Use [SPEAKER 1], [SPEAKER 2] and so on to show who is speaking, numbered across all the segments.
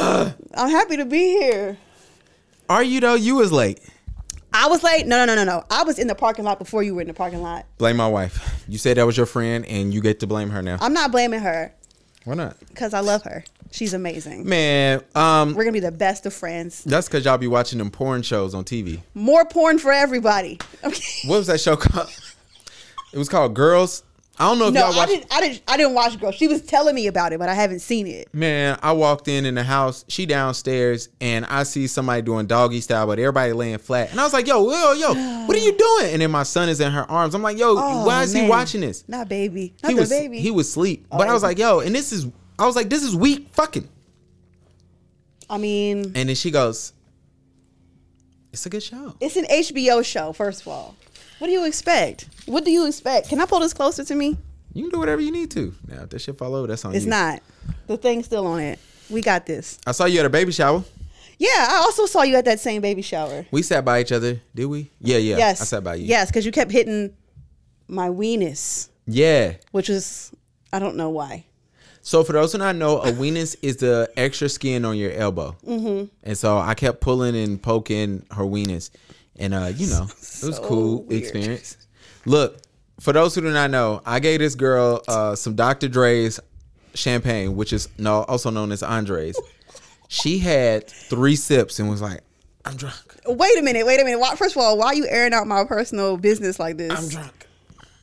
[SPEAKER 1] I'm happy to be here.
[SPEAKER 2] Are you though? You was late.
[SPEAKER 1] I was late. No, no, no, no, no. I was in the parking lot before you were in the parking lot.
[SPEAKER 2] Blame my wife. You said that was your friend, and you get to blame her now.
[SPEAKER 1] I'm not blaming her
[SPEAKER 2] Why not,
[SPEAKER 1] because I love her. She's amazing.
[SPEAKER 2] man? Um,
[SPEAKER 1] We're gonna be the best of friends.
[SPEAKER 2] that's because y'all be watching them porn shows on TV.
[SPEAKER 1] More porn for everybody. Okay.
[SPEAKER 2] What was that show called? It was called Girls. I don't know if
[SPEAKER 1] No,
[SPEAKER 2] y'all
[SPEAKER 1] I
[SPEAKER 2] watched.
[SPEAKER 1] didn't. I didn't. I didn't watch Girl. She was telling me about it, but I haven't seen it.
[SPEAKER 2] Man, I walked in in the house. She downstairs, and I see somebody doing doggy style, but everybody laying flat. And I was like, "Yo, yo, yo, what are you doing?" And then my son is in her arms. I'm like, "Yo,
[SPEAKER 1] Oh,
[SPEAKER 2] why is he
[SPEAKER 1] man.
[SPEAKER 2] watching this?"
[SPEAKER 1] Not baby. Not
[SPEAKER 2] He
[SPEAKER 1] the
[SPEAKER 2] was
[SPEAKER 1] baby. Oh.
[SPEAKER 2] he was asleep, but I was like, "Yo," and this is I was like, "This is weak fucking."
[SPEAKER 1] I mean,
[SPEAKER 2] And then she goes, "It's a good show."
[SPEAKER 1] it's an HBO show. First of all, what do you expect? What do you expect? Can I pull this closer to me?
[SPEAKER 2] You can do whatever you need to. Now, if that shit fall over, that's on
[SPEAKER 1] It's
[SPEAKER 2] you.
[SPEAKER 1] not. The thing's still on it. We got this.
[SPEAKER 2] I saw you at a baby shower.
[SPEAKER 1] Yeah, I also saw you at that same baby shower.
[SPEAKER 2] We sat by each other, did we? Yeah, yeah.
[SPEAKER 1] Yes.
[SPEAKER 2] I sat by you.
[SPEAKER 1] Yes, because you kept hitting my weenus,
[SPEAKER 2] Yeah.
[SPEAKER 1] which is I don't know why.
[SPEAKER 2] So for those who not know, a weenus is the extra skin on your elbow. Mm-hmm. And so I kept pulling and poking her weenus, and uh, you know, it was
[SPEAKER 1] So
[SPEAKER 2] cool
[SPEAKER 1] weird.
[SPEAKER 2] experience. Look, for those who do not know, I gave this girl uh, some Dr. Dre's champagne, which is no also known as Andre's. She had three sips and was like, "I'm drunk.
[SPEAKER 1] Wait a minute. Wait a minute. Why, first of all, why are you airing out my personal business like this?
[SPEAKER 2] I'm drunk."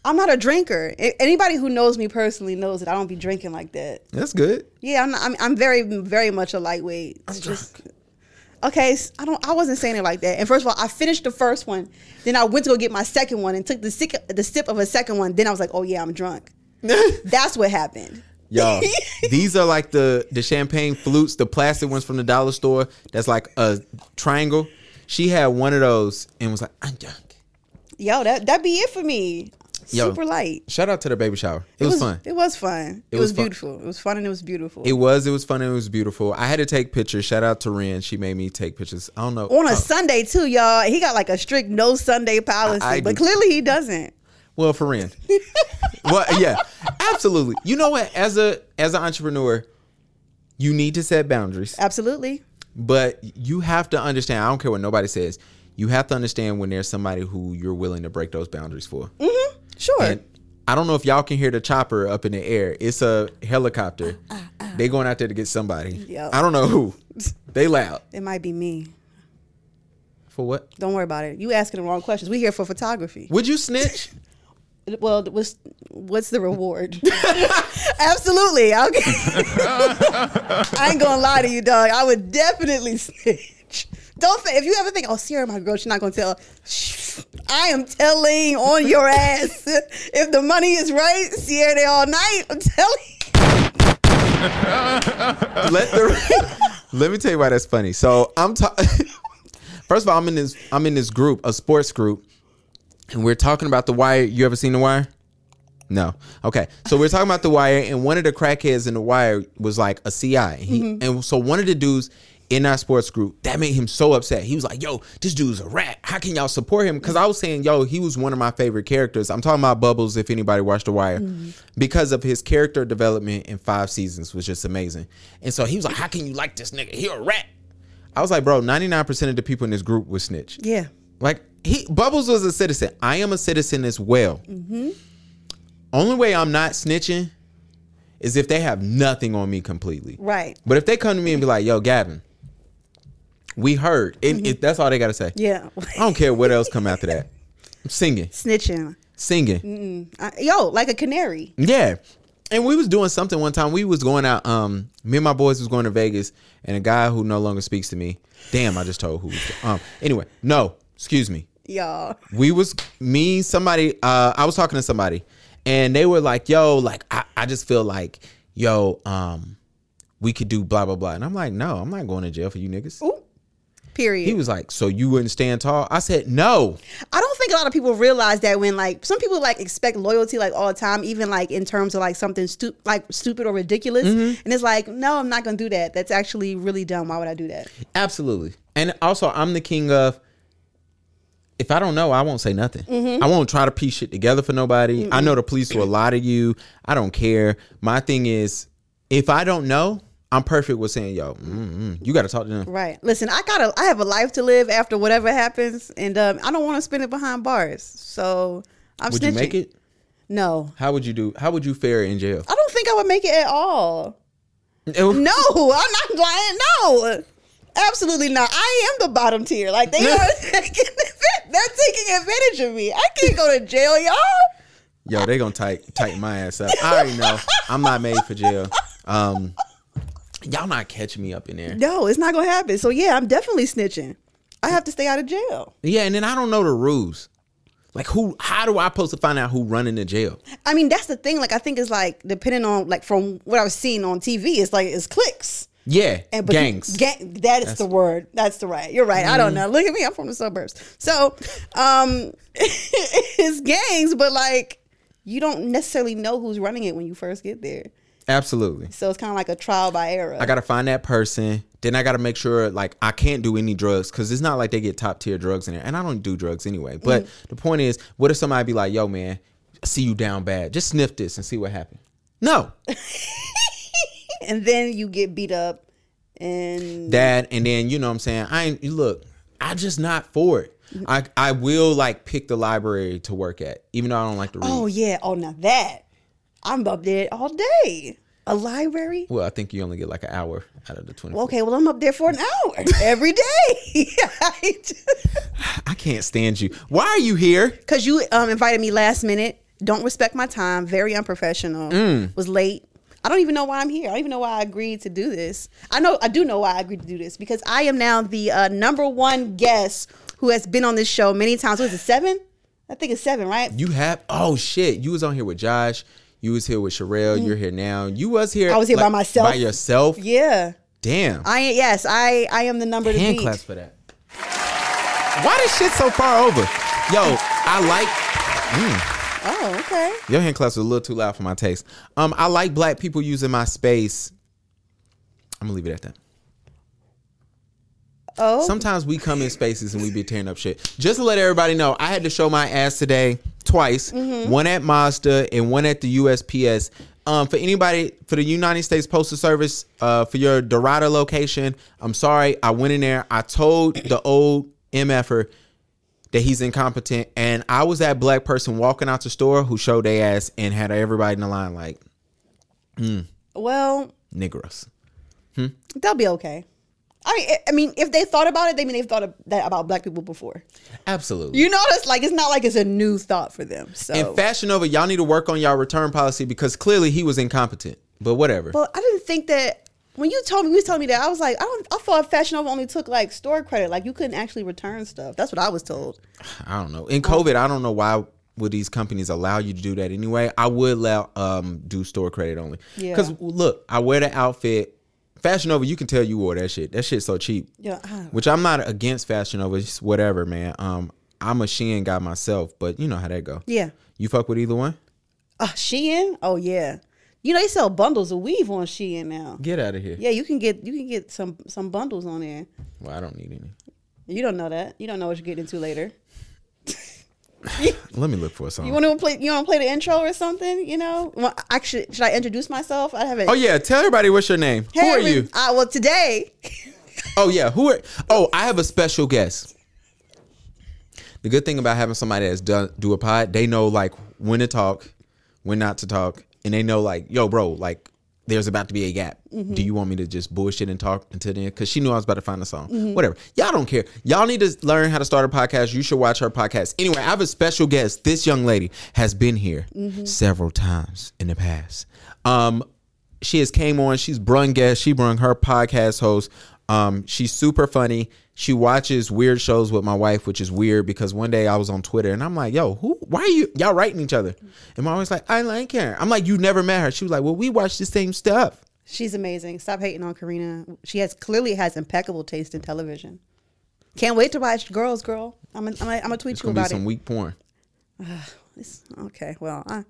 [SPEAKER 1] I'm not a drinker. A- Anybody who knows me personally knows that I don't be drinking like that.
[SPEAKER 2] That's good.
[SPEAKER 1] Yeah, I'm. Not, I'm, I'm very, very much a lightweight. It's just- okay, s- I don't. I wasn't saying it like that. And first of all, I finished the first one, then I went to go get my second one and took the sick, the sip of a second one. Then I was like, oh yeah, I'm drunk. That's what happened.
[SPEAKER 2] Y'all, these are like the the champagne flutes, the plastic ones from the dollar store. That's like a triangle. She had one of those and was like, "I'm drunk."
[SPEAKER 1] Yo, that that be it for me.
[SPEAKER 2] Yo,
[SPEAKER 1] Super light.
[SPEAKER 2] Shout out to the baby shower. It, was, fun.
[SPEAKER 1] It was fun. It,
[SPEAKER 2] was
[SPEAKER 1] was,
[SPEAKER 2] fun.
[SPEAKER 1] beautiful. It was fun and it was beautiful.
[SPEAKER 2] It was. It was fun. and It was beautiful. I had to take pictures. Shout out to Ren. She made me take pictures. I don't know.
[SPEAKER 1] on a
[SPEAKER 2] uh,
[SPEAKER 1] Sunday too, y'all. He got like a strict no Sunday policy,
[SPEAKER 2] I
[SPEAKER 1] but
[SPEAKER 2] do.
[SPEAKER 1] clearly he doesn't.
[SPEAKER 2] well for Ren. well, yeah, absolutely. You know what? As a as an entrepreneur, you need to set boundaries.
[SPEAKER 1] Absolutely.
[SPEAKER 2] But you have to understand. I don't care what nobody says. You have to understand when there's somebody who you're willing to break those boundaries for.
[SPEAKER 1] Hmm, Sure.
[SPEAKER 2] And I don't know if y'all can hear the chopper up in the air. It's a helicopter. They going out there to get somebody.
[SPEAKER 1] Yep.
[SPEAKER 2] I don't know who. They loud.
[SPEAKER 1] it might be me.
[SPEAKER 2] For what?
[SPEAKER 1] Don't worry about it. You asking the wrong questions. We here for photography.
[SPEAKER 2] Would you snitch?
[SPEAKER 1] Well, what's what's the reward? Absolutely. Okay. I ain't gonna lie to you, dog. I would definitely snitch. Don't fa- if you ever think, oh, Sierra, my girl, she's not gonna tell. Shh. I am telling on your ass. if the money is right, Sierra, they all night. I'm telling.
[SPEAKER 2] Let the Let me tell you why that's funny. So I'm ta- First of all, I'm in this I'm in this group, a sports group, and we're talking about the wire. You ever seen the wire? No. Okay. So we're talking about the wire, and one of the crackheads in the wire was like a CI. And, he, and so one of the dudes in our sports group, that made him so upset. He was like, yo, this dude's a rat. How can y'all support him? Because I was saying, yo, he was one of my favorite characters. I'm talking about Bubbles, if anybody watched The Wire, because of his character development in five seasons was just amazing. And so he was like, how can you like this nigga? He a rat. I was like, bro, 99% of the people in this group was snitch.
[SPEAKER 1] Yeah.
[SPEAKER 2] Like he Bubbles was a citizen. I am a citizen as well. Only way I'm not snitching is if they have nothing on me completely.
[SPEAKER 1] Right.
[SPEAKER 2] But if they come to me and be like, "Yo, Gavin, we heard," and if that's all they gotta say,
[SPEAKER 1] Yeah.
[SPEAKER 2] I don't care what else come after that. I'm singing,
[SPEAKER 1] Snitching.
[SPEAKER 2] singing.
[SPEAKER 1] I, yo, like a canary.
[SPEAKER 2] Yeah. And we was doing something one time. We was going out. Um, me and my boys was going to Vegas, and a guy who no longer speaks to me. Damn, I just told who. Um, anyway, no, excuse me
[SPEAKER 1] Y'all.
[SPEAKER 2] we was me somebody uh i was talking to somebody and they were like yo like i, I just feel like yo um we could do blah blah blah and i'm like no i'm not going to jail for you niggas
[SPEAKER 1] Ooh. Period.
[SPEAKER 2] he was like so you wouldn't stand tall i said no
[SPEAKER 1] I don't think a lot of people realize that when like some people like expect loyalty like all the time, even like in terms of like something stu- like stupid or ridiculous,
[SPEAKER 2] Mm-hmm.
[SPEAKER 1] and it's like, no, I'm not gonna do that. That's actually really dumb. Why would I do that?
[SPEAKER 2] absolutely and also i'm the king of if i don't know i won't say nothing i won't try to piece shit together for nobody i know the police will lie to you i don't care my thing is if i don't know I'm perfect with saying, yo, mm-mm, you got to talk to them.
[SPEAKER 1] Right. Listen, I gotta. I have a life to live after whatever happens, and um, I don't want to spend it behind bars. So I'm
[SPEAKER 2] Would
[SPEAKER 1] snitching.
[SPEAKER 2] you make it?
[SPEAKER 1] No,
[SPEAKER 2] How would you do? How would you fare in jail?
[SPEAKER 1] I don't think I would make it at all. No, I'm not lying. No, absolutely not. I am the bottom tier. Like they are. taking advan- They're taking advantage of me. I can't go to jail, y'all.
[SPEAKER 2] Yo, they gonna tight, tighten my ass up. I already know. I'm not made for jail. Um, y'all not catching me up in there.
[SPEAKER 1] No, it's not gonna happen. So yeah, I'm definitely snitching. I have to stay out of jail.
[SPEAKER 2] Yeah, and then I don't know the rules. Like who? How do I supposed to find out who running the jail?
[SPEAKER 1] I mean, that's the thing. Like, I think it's like depending on like from what I was seeing on TV, it's like it's clicks
[SPEAKER 2] Yeah,
[SPEAKER 1] Eh, but you-
[SPEAKER 2] gangs. Mm.
[SPEAKER 1] Gang, that is the word. That's the right. You're right. I don't know. Look at me. I'm from the suburbs. So, um, it's gangs, but like you don't necessarily know who's running it when you first get there.
[SPEAKER 2] Absolutely.
[SPEAKER 1] So it's kind of like a trial by error.
[SPEAKER 2] I gotta find that person. Then I gotta make sure like I can't do any drugs because it's not like they get top tier drugs in there, and I don't do drugs
[SPEAKER 1] Mm.
[SPEAKER 2] anyway. But the point is, what if somebody be like, "Yo, man, I see you down bad. Just sniff this and see what happens." No,
[SPEAKER 1] and then you get beat up. And
[SPEAKER 2] that and then you know what I'm saying I ain't look I just not for it
[SPEAKER 1] Mm-hmm.
[SPEAKER 2] I I will like pick the library to work at even though I don't like to read
[SPEAKER 1] oh yeah, oh now that I'm up there all day. A library.
[SPEAKER 2] well I think you only get like an hour out of the 20
[SPEAKER 1] Okay, well, I'm up there for an hour every day.
[SPEAKER 2] I can't stand you why are you here
[SPEAKER 1] Because you um, invited me last minute, don't respect my time, very unprofessional, was late. I don't even know why I'm here. I don't even know why I agreed to do this. I know I do know why I agreed to do this because I am now the uh, number one guest who has been on this show many times. Was it seven? I think it's seven, right?
[SPEAKER 2] you have oh shit you was on here with Josh you was here with Sherelle you're here now you was here
[SPEAKER 1] Mm-hmm. I was here by myself.
[SPEAKER 2] by yourself
[SPEAKER 1] Yeah,
[SPEAKER 2] damn I
[SPEAKER 1] I yes, I I am the number to
[SPEAKER 2] hand
[SPEAKER 1] beat.
[SPEAKER 2] claps for that why this shit so far over yo I like
[SPEAKER 1] Oh, okay.
[SPEAKER 2] Your hand claps was a little too loud for my taste. Um, I like black people using my space. I'm gonna leave it at that.
[SPEAKER 1] Oh,
[SPEAKER 2] Sometimes we come in spaces and we be tearing up shit. Just to let everybody know, I had to show my ass today twice. One at Mazda and one at the USPS. Um, for anybody for the United States Postal Service, uh, for your Dorado location, I'm sorry. I went in there. I told the old mf'er that he's incompetent, and I was that black person walking out the store who showed their ass and had everybody in the line like
[SPEAKER 1] well,
[SPEAKER 2] niggas.
[SPEAKER 1] they'll be okay. I mean, I- I mean, if they thought about it, they mean they've thought of that about black people before.
[SPEAKER 2] Absolutely.
[SPEAKER 1] You notice, like, it's not like it's a new thought for them. So,
[SPEAKER 2] And Fashion Nova, y'all need to work on y'all return policy because clearly he was incompetent. But whatever.
[SPEAKER 1] well, I didn't think that when you told me, you was telling me that I was like, I don't, I thought Fashion Nova only took like store credit, like you couldn't actually return stuff. That's what I was told.
[SPEAKER 2] I don't know. In COVID, I don't know why would these companies allow you to do that anyway. I would allow um do store credit only.
[SPEAKER 1] Yeah.
[SPEAKER 2] Because look, I wear the outfit. Fashion Nova, you can tell you wore that shit. That shit's so cheap.
[SPEAKER 1] Yeah, I don't-
[SPEAKER 2] Which I'm not against Fashion Nova. It's whatever, man. Um, I'm a Shein guy myself, but you know how that go.
[SPEAKER 1] Yeah.
[SPEAKER 2] You fuck with either one?
[SPEAKER 1] Uh, Shein, oh yeah, you know they sell bundles of weave on Shein now.
[SPEAKER 2] Get out of here.
[SPEAKER 1] Yeah, you can get you can get some some bundles on there.
[SPEAKER 2] Well, I don't need any.
[SPEAKER 1] You don't know that. You don't know what you're getting into later.
[SPEAKER 2] Let me look for a song.
[SPEAKER 1] You want to play? You want to play the intro or something? You know? Well, actually, should I introduce myself? I haven't.
[SPEAKER 2] oh yeah, tell everybody what's your name. Who are
[SPEAKER 1] every-
[SPEAKER 2] you?
[SPEAKER 1] Uh, well, today,
[SPEAKER 2] Oh yeah, who are? Oh, I have a special guest. The good thing about having somebody that's done do a pod, they know like when to talk, when not to talk, and they know like, yo, bro, like there's about to be a gap. Do you want me to just bullshit and talk until then? Because she knew I was about to find a song. Whatever. Y'all don't care. Y'all need to learn how to start a podcast. You should watch her podcast. Anyway, I have a special guest. This young lady has been here several times in the past. Um, she has came on. She's brung guests. She brung her podcast host. Um, she's super funny. She watches weird shows with my wife, which is weird because one day I was on Twitter and I'm like, "Yo, who? Why are you y'all writing each other?" And my wife's like, "I like her." I'm like, "You never met her." She was like, "Well, we watch the same stuff."
[SPEAKER 1] She's amazing. Stop hating on Karina. She has clearly has impeccable taste in television. Can't wait to watch Girls Girl. I'm gonna I'm gonna- I'm gonna tweet
[SPEAKER 2] It's
[SPEAKER 1] you
[SPEAKER 2] gonna be
[SPEAKER 1] about
[SPEAKER 2] some
[SPEAKER 1] it.
[SPEAKER 2] weak porn.
[SPEAKER 1] It's- okay, well, I,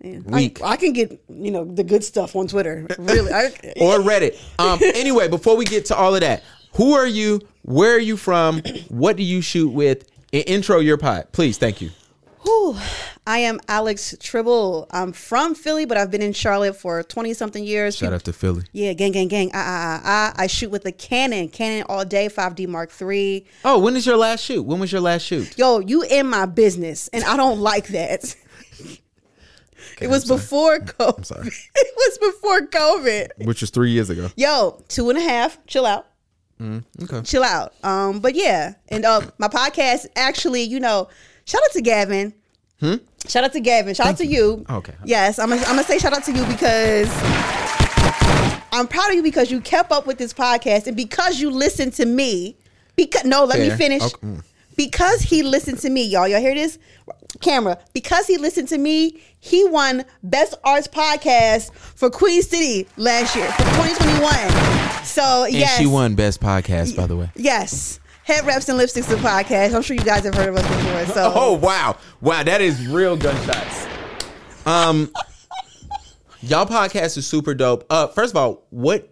[SPEAKER 1] yeah. I,
[SPEAKER 2] Weak.
[SPEAKER 1] I can get you know the good stuff on Twitter. Really, I,
[SPEAKER 2] or Reddit. Um, anyway, before we get to all of that, who are you? Where are you from? What do you shoot with? And intro your pod, please. Thank you.
[SPEAKER 1] Whew. I am Alex Tribble. I'm from Philly, but I've been in Charlotte for 20 something years.
[SPEAKER 2] Shout out to Philly.
[SPEAKER 1] Yeah, gang, gang, gang. Ah, ah, ah, ah. I shoot with a Canon, Canon all day, 5D Mark III.
[SPEAKER 2] Oh, when is your last shoot? When was your last shoot?
[SPEAKER 1] Yo, you in my business, and I don't like that. it was before COVID. I'm
[SPEAKER 2] sorry.
[SPEAKER 1] It was before COVID.
[SPEAKER 2] Which was three years ago.
[SPEAKER 1] Yo, two and a half. Chill out.
[SPEAKER 2] Mm, Okay.
[SPEAKER 1] Chill out. Um, but yeah, and uh, my podcast actually, you know, shout out to Gavin. Hmm? Shout out to Gavin. Shout out to you.
[SPEAKER 2] Oh, Okay.
[SPEAKER 1] Yes, I'm gonna I'm gonna say shout out to you because I'm proud of you because you kept up with this podcast and because you listened to me. Because no, let
[SPEAKER 2] Fair.
[SPEAKER 1] me finish.
[SPEAKER 2] Okay. Mm.
[SPEAKER 1] Because he listened to me, y'all. Y'all hear this? Camera. Because he listened to me, he won Best Arts Podcast for Queen City last year for 2021. So
[SPEAKER 2] And
[SPEAKER 1] yes,
[SPEAKER 2] she won best podcast, by the way.
[SPEAKER 1] Yes. Head Wraps and Lipsticks the podcast. I'm sure you guys have heard of us before. So
[SPEAKER 2] Oh wow, wow, that is real gunshots. Um, y'all podcast is super dope. Uh, first of all, what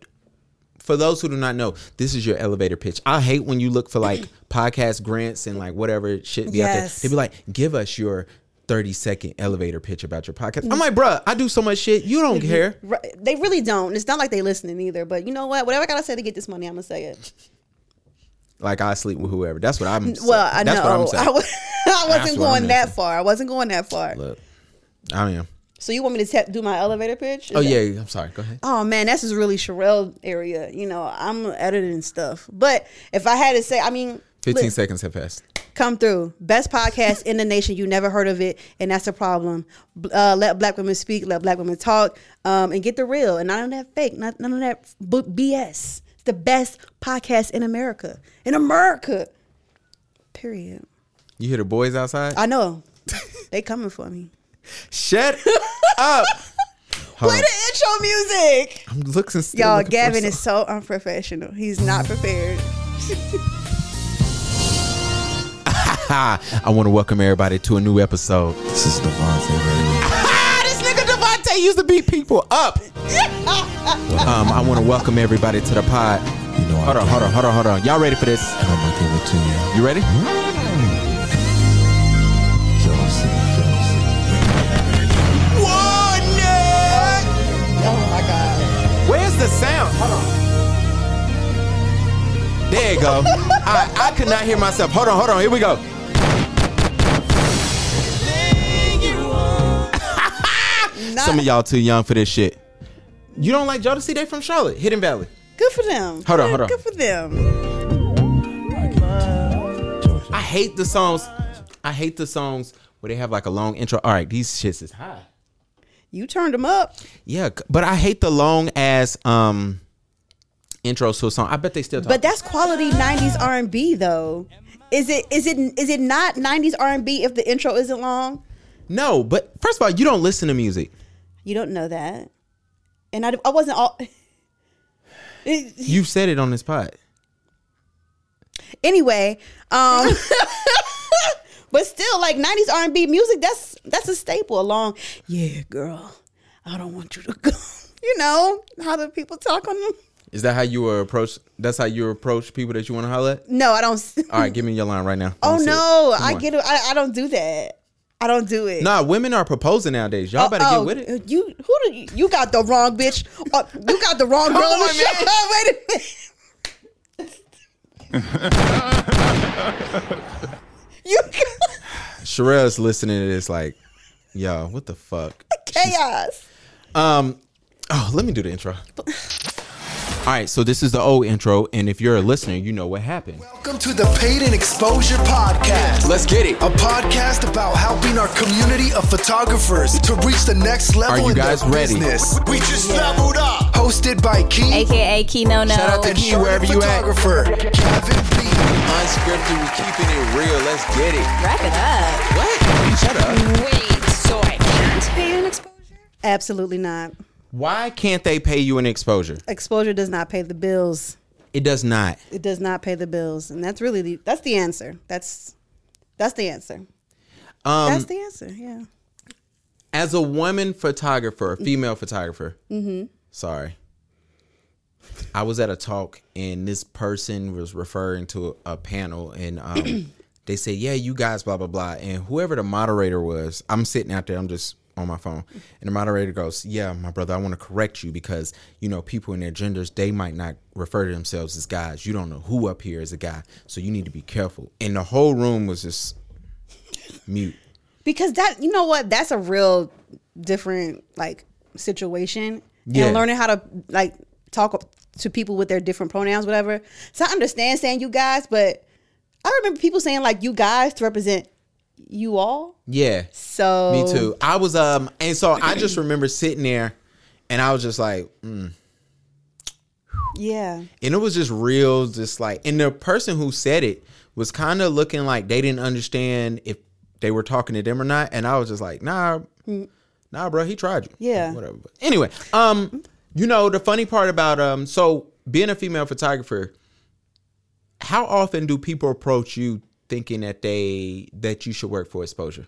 [SPEAKER 2] for those who do not know, this is your elevator pitch. I hate when you look for like podcast grants and like whatever shit be
[SPEAKER 1] Yes.
[SPEAKER 2] out there. They be like, give us your. 30 second elevator pitch about your podcast. I'm
[SPEAKER 1] Mm.
[SPEAKER 2] like, bruh, I do so much shit. You
[SPEAKER 1] Mm-hmm.
[SPEAKER 2] don't care.
[SPEAKER 1] Right. they really don't. It's not like they listening either. But you know what? Whatever I gotta say to get this money, I'm gonna say it.
[SPEAKER 2] Like, I sleep with whoever. That's what I'm
[SPEAKER 1] Well, I
[SPEAKER 2] That's
[SPEAKER 1] know.
[SPEAKER 2] What I'm
[SPEAKER 1] I,
[SPEAKER 2] saying.
[SPEAKER 1] was, I
[SPEAKER 2] That's
[SPEAKER 1] wasn't
[SPEAKER 2] what I'm
[SPEAKER 1] going that
[SPEAKER 2] saying.
[SPEAKER 1] far. I wasn't going that far.
[SPEAKER 2] Look, I am.
[SPEAKER 1] So you want me to te- do my elevator pitch? Is
[SPEAKER 2] Oh,
[SPEAKER 1] that-
[SPEAKER 2] yeah. I'm sorry. Go ahead.
[SPEAKER 1] Oh man, that's just really Sherelle area. You know, I'm editing stuff. But if I had to say, I mean,
[SPEAKER 2] 15
[SPEAKER 1] look,
[SPEAKER 2] seconds have passed.
[SPEAKER 1] Come through. Best podcast in the nation. You never heard of it, and that's a problem. B- Uh, let black women speak, let black women talk, um, and get the real, and none of that fake, not, none of that b- BS. It's the best podcast in America. In America. Period.
[SPEAKER 2] You hear the boys outside?
[SPEAKER 1] I know. they coming for me.
[SPEAKER 2] Shut up. Hold
[SPEAKER 1] Play
[SPEAKER 2] on.
[SPEAKER 1] the intro music.
[SPEAKER 2] I'm looking still
[SPEAKER 1] Y'all,
[SPEAKER 2] looking for
[SPEAKER 1] Gavin
[SPEAKER 2] some-
[SPEAKER 1] is so unprofessional. He's not prepared.
[SPEAKER 2] Ha! I want to welcome everybody to a new episode.
[SPEAKER 3] This is Devontae
[SPEAKER 2] Ah, this nigga Devontae used to beat people up. um, I want to welcome everybody to the pod.
[SPEAKER 3] You know I
[SPEAKER 2] Hold on, hold on, hold on, hold on. Y'all ready for this?
[SPEAKER 3] I'm gonna give it to you.
[SPEAKER 2] You ready?
[SPEAKER 3] Yo, see, yo,
[SPEAKER 2] One,
[SPEAKER 1] Oh my God.
[SPEAKER 2] Where's the sound? Hold on. There you go. I, I could not hear myself. Hold on, hold on. Here we go.
[SPEAKER 1] Not
[SPEAKER 2] Some of y'all too young for this shit. You don't like Jodeci? They from Charlotte, Hidden Valley.
[SPEAKER 1] good for them.
[SPEAKER 2] Hold on, hold on.
[SPEAKER 1] Good for them.
[SPEAKER 2] I hate the songs. I hate the songs where they have like a long intro. All right, these shits is high.
[SPEAKER 1] You turned them up.
[SPEAKER 2] Yeah, c- but I hate the long ass um intros to a song. I bet they still talk.
[SPEAKER 1] But that's quality '90s R&B, though. Is it? Is it? Is it not '90s R&B if the intro isn't long?
[SPEAKER 2] no, but first of all, you don't listen to music.
[SPEAKER 1] You don't know that, and I, I wasn't all. It-
[SPEAKER 2] You've said it on this pod.
[SPEAKER 1] anyway, um, but still, like '90s R&B music, that's that's a staple. Along, yeah, girl, I don't want you to go. You know how the people talk on them.
[SPEAKER 2] Is that how you were approach? That's how you approach people that you want to holler at.
[SPEAKER 1] No, I don't. s-
[SPEAKER 2] All right, give me your line right now.
[SPEAKER 1] oh no, I get it. I, I don't do that. I don't do it.
[SPEAKER 2] Nah, women are proposing nowadays. Y'all better
[SPEAKER 1] Uh-oh.
[SPEAKER 2] get with it.
[SPEAKER 1] You who do you, you got the wrong bitch? Uh, you got the wrong girl.
[SPEAKER 2] on,
[SPEAKER 1] on, the show.
[SPEAKER 2] man.
[SPEAKER 1] Wait a minute. you got
[SPEAKER 2] Sherelle's listening to this like, yo, what the fuck?
[SPEAKER 1] chaos.
[SPEAKER 2] Um, oh, let me do the intro. All right, so this is the old intro, and if you're a listener, you know what happened.
[SPEAKER 4] Welcome to the Paid and Exposure Podcast.
[SPEAKER 2] Let's get it.
[SPEAKER 4] A podcast about helping our community of photographers to reach the next level
[SPEAKER 2] Are you
[SPEAKER 4] in their
[SPEAKER 2] guys ready?
[SPEAKER 4] business. We just leveled up. Hosted by Key
[SPEAKER 5] aka Key No No.
[SPEAKER 2] Shout out to
[SPEAKER 4] and
[SPEAKER 2] Key,
[SPEAKER 4] Charlotte
[SPEAKER 2] wherever you at.
[SPEAKER 4] photographer Gavin
[SPEAKER 2] Unscripted, we keeping it real. Let's get it.
[SPEAKER 5] Wrap it up.
[SPEAKER 2] What? Shut up.
[SPEAKER 5] Wait, so I can't pay an exposure?
[SPEAKER 1] Absolutely not.
[SPEAKER 2] Why can't they pay you an exposure?
[SPEAKER 1] Exposure does not pay the bills.
[SPEAKER 2] It does not.
[SPEAKER 1] It does not pay the bills, and that's really the, that's the answer. That's that's the answer.
[SPEAKER 2] Um,
[SPEAKER 1] That's the answer. Yeah.
[SPEAKER 2] as a woman photographer, a female photographer. Mm-hmm. Sorry. I was at a talk and this person was referring to a panel and um, They said, yeah, you guys, blah, blah, blah. And whoever the moderator was, I'm sitting out there, I'm just on my phone. And the moderator goes, yeah, my brother, I want to correct you because, you know, people in their genders, they might not refer to themselves as guys. You don't know who up here is a guy. So you need to be careful. And the whole room was just mute.
[SPEAKER 1] because that you know what that's a real different like situation
[SPEAKER 2] Yeah.
[SPEAKER 1] and learning how to like talk to people with their different pronouns whatever so i understand saying you guys but i remember people saying like you guys to represent you all
[SPEAKER 2] Yeah.
[SPEAKER 1] so
[SPEAKER 2] Me too. I was um, and so I just remember sitting there, and I was just like, mm.
[SPEAKER 1] yeah
[SPEAKER 2] and it was just real, just like, and the person who said it was kind of looking like they didn't understand if they were talking to them or not, and I was just like, nah, nah, bro, he tried you,
[SPEAKER 1] Mm. Yeah.
[SPEAKER 2] whatever. But anyway, um, you know the funny part about um, so being a female photographer, how often do people approach you thinking that they that you should work for exposure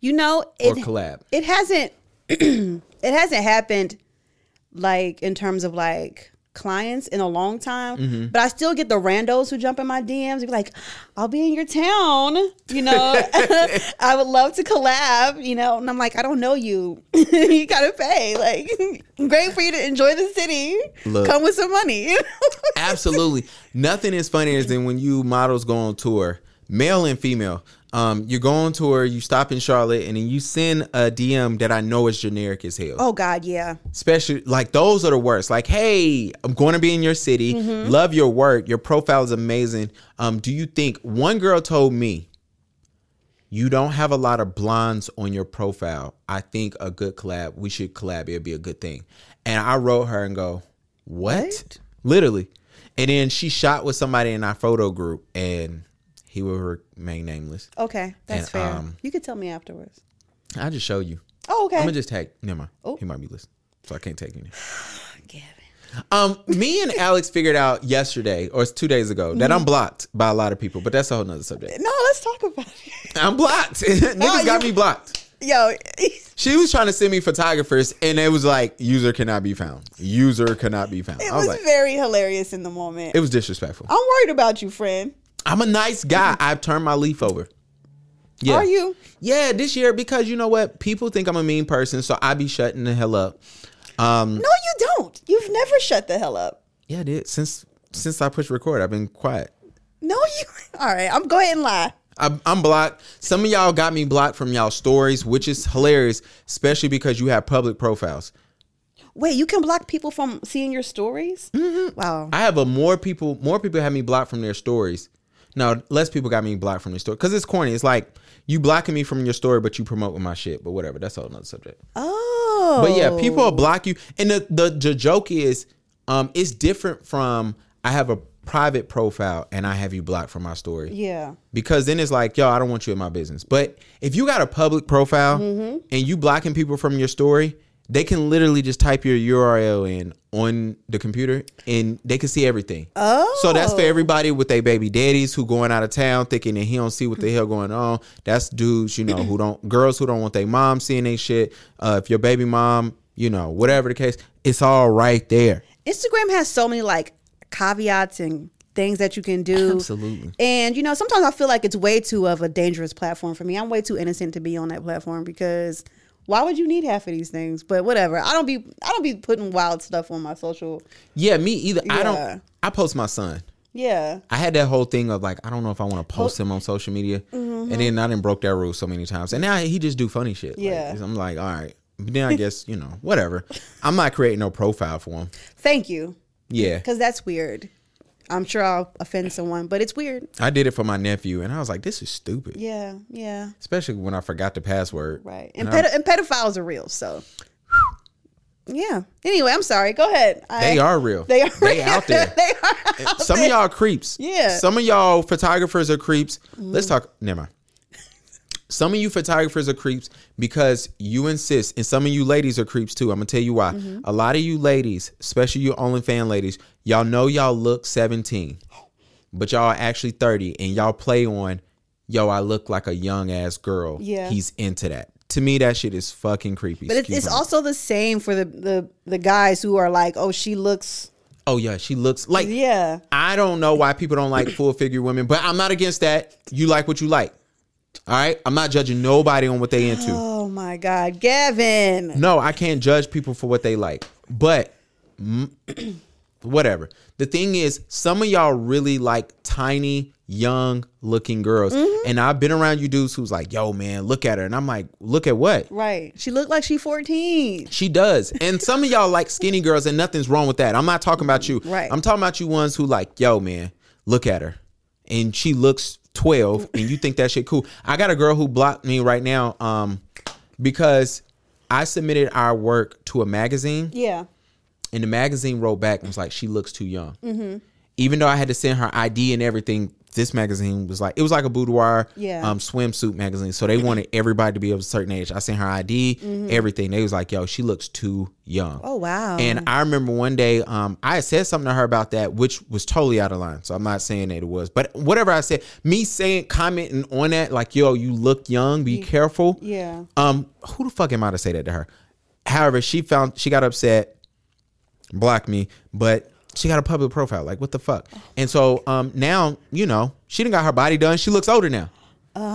[SPEAKER 1] you know
[SPEAKER 2] or
[SPEAKER 1] it,
[SPEAKER 2] collab?
[SPEAKER 1] it hasn't it hasn't happened like in terms of like clients in a long time
[SPEAKER 2] Mm-hmm.
[SPEAKER 1] but i still get the randos who jump in my dms and be like i'll be in your town you know i would love to collab you know and i'm like i don't know you you gotta pay like great for you to enjoy the city
[SPEAKER 2] Look.
[SPEAKER 1] come with some money
[SPEAKER 2] Absolutely. Nothing is funnier than when you models go on tour, male and female. Um, you go on tour, you stop in Charlotte, and then you send a DM that I know is generic as hell.
[SPEAKER 1] oh god yeah
[SPEAKER 2] Especially like those are the worst. Like, hey, I'm going to be in your city.
[SPEAKER 1] Mm-hmm.
[SPEAKER 2] Love your work. Your profile is amazing. Um, do you think one girl told me you don't have a lot of blondes on your profile? I think a good collab. We should collab. It'd be a good thing. And I wrote her and go, what? Literally. And then she shot with somebody in our photo group, and he will remain nameless.
[SPEAKER 1] okay that's
[SPEAKER 2] And,
[SPEAKER 1] fair
[SPEAKER 2] um,
[SPEAKER 1] you could tell me afterwards
[SPEAKER 2] I just show you.
[SPEAKER 1] oh okay
[SPEAKER 2] I'm gonna just tag. Never mind.
[SPEAKER 1] Oh.
[SPEAKER 2] He might be listening, so I can't take any.
[SPEAKER 1] Gavin.
[SPEAKER 2] Um, me and Alex figured out yesterday, or it's two days ago, that
[SPEAKER 1] Mm-hmm.
[SPEAKER 2] I'm blocked by a lot of people. But that's a whole nother subject.
[SPEAKER 1] no let's talk about it
[SPEAKER 2] I'm blocked. Niggas got
[SPEAKER 1] you-
[SPEAKER 2] me blocked.
[SPEAKER 1] yo
[SPEAKER 2] She was trying to send me photographers, and it was like user cannot be found. User cannot be found.
[SPEAKER 1] It
[SPEAKER 2] I was,
[SPEAKER 1] was, Oh.
[SPEAKER 2] like,
[SPEAKER 1] very hilarious in the moment.
[SPEAKER 2] it was disrespectful.
[SPEAKER 1] I'm worried about you, friend.
[SPEAKER 2] I'm a nice guy. I've turned my leaf over. Yeah.
[SPEAKER 1] Are Mm-hmm. you?
[SPEAKER 2] Yeah, this year because you know what? People think I'm a mean person, so I be shutting the hell up. Um,
[SPEAKER 1] No, you don't. You've never shut the hell up.
[SPEAKER 2] yeah, I did since since I pushed record, I've been quiet.
[SPEAKER 1] No, you. All right, I'm go ahead and lie.
[SPEAKER 2] I'm, I'm blocked. Some of y'all got me blocked from y'all stories, which is hilarious, especially because you have public profiles.
[SPEAKER 1] Wait, you can block people from seeing your stories? Wow.
[SPEAKER 2] Mm-hmm. I have a more people more people have me blocked from their stories. No, less people got me blocked from their story because it's corny. It's like you blocking me from your story, but you promoting my shit. But whatever, that's a whole another subject.
[SPEAKER 1] oh.
[SPEAKER 2] But yeah, people will block you. And the, the the joke is, um, it's different from I have a private profile and I have you blocked from my story.
[SPEAKER 1] Yeah.
[SPEAKER 2] Because then it's like, yo, I don't want you in my business. But if you got a public profile and you blocking people from your story, they can literally just type your URL in on the computer and they can see everything. Oh. So that's for everybody with their baby daddies who going out of town thinking that he don't see what the hell going on. That's dudes, you know, who don't girls who don't want their mom seeing they shit. Uh, if your baby mom, you know, whatever the case, it's all right there.
[SPEAKER 1] Instagram has so many like caveats and things that you can do.
[SPEAKER 2] Absolutely.
[SPEAKER 1] And you know, sometimes I feel like it's way too of a dangerous platform for me. I'm way too innocent to be on that platform because why would you need half of these things? But whatever. I don't be I don't be putting wild stuff on my social.
[SPEAKER 2] Yeah, me either. I
[SPEAKER 1] Yeah.
[SPEAKER 2] don't. I post my son.
[SPEAKER 1] Yeah.
[SPEAKER 2] I had that whole thing of like, I don't know if I want to post him on social media,
[SPEAKER 1] Mm-hmm.
[SPEAKER 2] and then I didn't broke that rule so many times, and now he just do funny shit. Like,
[SPEAKER 1] Yeah.
[SPEAKER 2] I'm like, all right, but then I guess you know, whatever. I'm not creating no profile for him.
[SPEAKER 1] Thank you.
[SPEAKER 2] Yeah,
[SPEAKER 1] Because that's weird. I'm sure I'll offend someone, but it's weird.
[SPEAKER 2] I did it for my nephew, and I was like, this is stupid,
[SPEAKER 1] Yeah, yeah,
[SPEAKER 2] especially when I forgot the password.
[SPEAKER 1] right. And,
[SPEAKER 2] And I'm-
[SPEAKER 1] pedo- and pedophiles are real, so. Yeah. Anyway, I'm sorry. Go ahead. I-
[SPEAKER 2] They are real.
[SPEAKER 1] They are.
[SPEAKER 2] They out there.
[SPEAKER 1] they are. out
[SPEAKER 2] Some of
[SPEAKER 1] there.
[SPEAKER 2] y'all are creeps.
[SPEAKER 1] Yeah. Mm.
[SPEAKER 2] Some of y'all photographers are creeps. Let's talk. Never mind. Some of you photographers are creeps because you insist, and some of you ladies are creeps too. I'm gonna tell you why.
[SPEAKER 1] Mm-hmm.
[SPEAKER 2] A lot of you ladies, especially you OnlyFans ladies, y'all know y'all look 17, but y'all are actually 30, and y'all play on, yo, I look like a young ass girl.
[SPEAKER 1] Yeah.
[SPEAKER 2] He's into that. To me, that shit is fucking creepy.
[SPEAKER 1] But it's,
[SPEAKER 2] Excuse
[SPEAKER 1] it's
[SPEAKER 2] my-
[SPEAKER 1] also the same for the, the the guys who are like, oh, she looks
[SPEAKER 2] Oh yeah, she looks like
[SPEAKER 1] Yeah.
[SPEAKER 2] I don't know why people don't like full figure women, but I'm not against that. You like what you like. All right? I'm not judging nobody on what they into.
[SPEAKER 1] Oh my God, Gavin.
[SPEAKER 2] No, I can't judge people for what they like. But mm, whatever. The thing is, some of y'all really like tiny, young looking girls. And I've been around you dudes who's like, yo, man, look at her. And I'm like, look at what?
[SPEAKER 1] Right. She looked like she 14.
[SPEAKER 2] She does. And some of y'all like skinny girls, and nothing's wrong with that. I'm not talking about you.
[SPEAKER 1] Right.
[SPEAKER 2] I'm talking about you ones who like, yo, man, look at her. And she looks 12, and you think that shit cool. I got a girl who blocked me right now um, because I submitted our work to a magazine,
[SPEAKER 1] Yeah.
[SPEAKER 2] and the magazine wrote back and was like, she looks too young.
[SPEAKER 1] Mm-hmm.
[SPEAKER 2] Even though I had to send her ID and everything, this magazine was like, it was like a boudoir
[SPEAKER 1] Yeah.
[SPEAKER 2] um, swimsuit magazine. So they wanted everybody to be of a certain age. I sent her ID, everything. They was like, yo, she looks too young.
[SPEAKER 1] Mm-hmm. Oh, wow.
[SPEAKER 2] And I remember one day, um, I had said something to her about that, which was totally out of line. So I'm not saying that it was, but whatever I said, me saying commenting on that, like, yo, you look young, be careful.
[SPEAKER 1] Yeah.
[SPEAKER 2] Um, who the fuck am I to say that to her? However, she found she got upset, blocked me, but she got a public profile. Like, what the fuck? And so um now, you know, she didn't got her body done. She looks older now.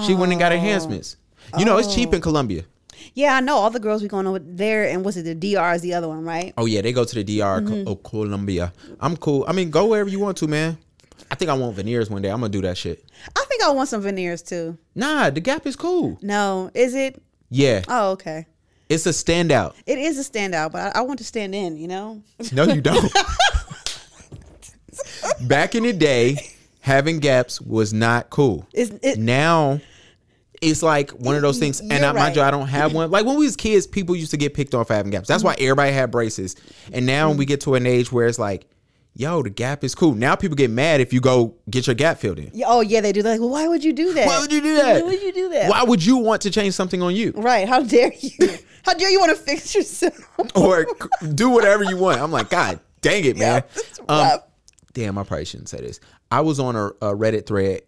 [SPEAKER 2] She went and got enhancements. You know, it's cheap in Colombia.
[SPEAKER 1] Yeah, I know. All the girls we going over there, and what's it? The DR is the other one, right?
[SPEAKER 2] Oh yeah, they go to the DR Co- oh, Colombia. I'm cool. I mean, go wherever you want to, man. I think I want veneers one day. I'm gonna do that shit.
[SPEAKER 1] I think I want some veneers too.
[SPEAKER 2] Nah, the gap is cool.
[SPEAKER 1] No, is it?
[SPEAKER 2] Yeah,
[SPEAKER 1] Oh, okay.
[SPEAKER 2] it's a standout.
[SPEAKER 1] It is a standout, but I, I want to stand in. You know?
[SPEAKER 2] No, you don't. Back in the day, having gaps was not cool.
[SPEAKER 1] Is it?
[SPEAKER 2] now it's like one of those things, and
[SPEAKER 1] You're
[SPEAKER 2] I, mind you,
[SPEAKER 1] right.
[SPEAKER 2] I don't have one. Like when we was kids, people used to get picked on for having gaps. That's why
[SPEAKER 1] Mm-hmm.
[SPEAKER 2] everybody had braces. And now we get to an age where it's like, yo, the gap is cool. Now people get mad if you go get your gap filled in.
[SPEAKER 1] Oh yeah, they do. They're like, well, why would you do that?
[SPEAKER 2] Why would you do
[SPEAKER 1] Why
[SPEAKER 2] that?
[SPEAKER 1] would you do that?
[SPEAKER 2] Why would you want to change something on you
[SPEAKER 1] Right? How dare you? How dare you want to fix yourself?
[SPEAKER 2] or c- do whatever you want? I'm like, God dang it, man.
[SPEAKER 1] that's
[SPEAKER 2] Um,
[SPEAKER 1] rough.
[SPEAKER 2] damn, I probably shouldn't say this. I was on a, a Reddit thread.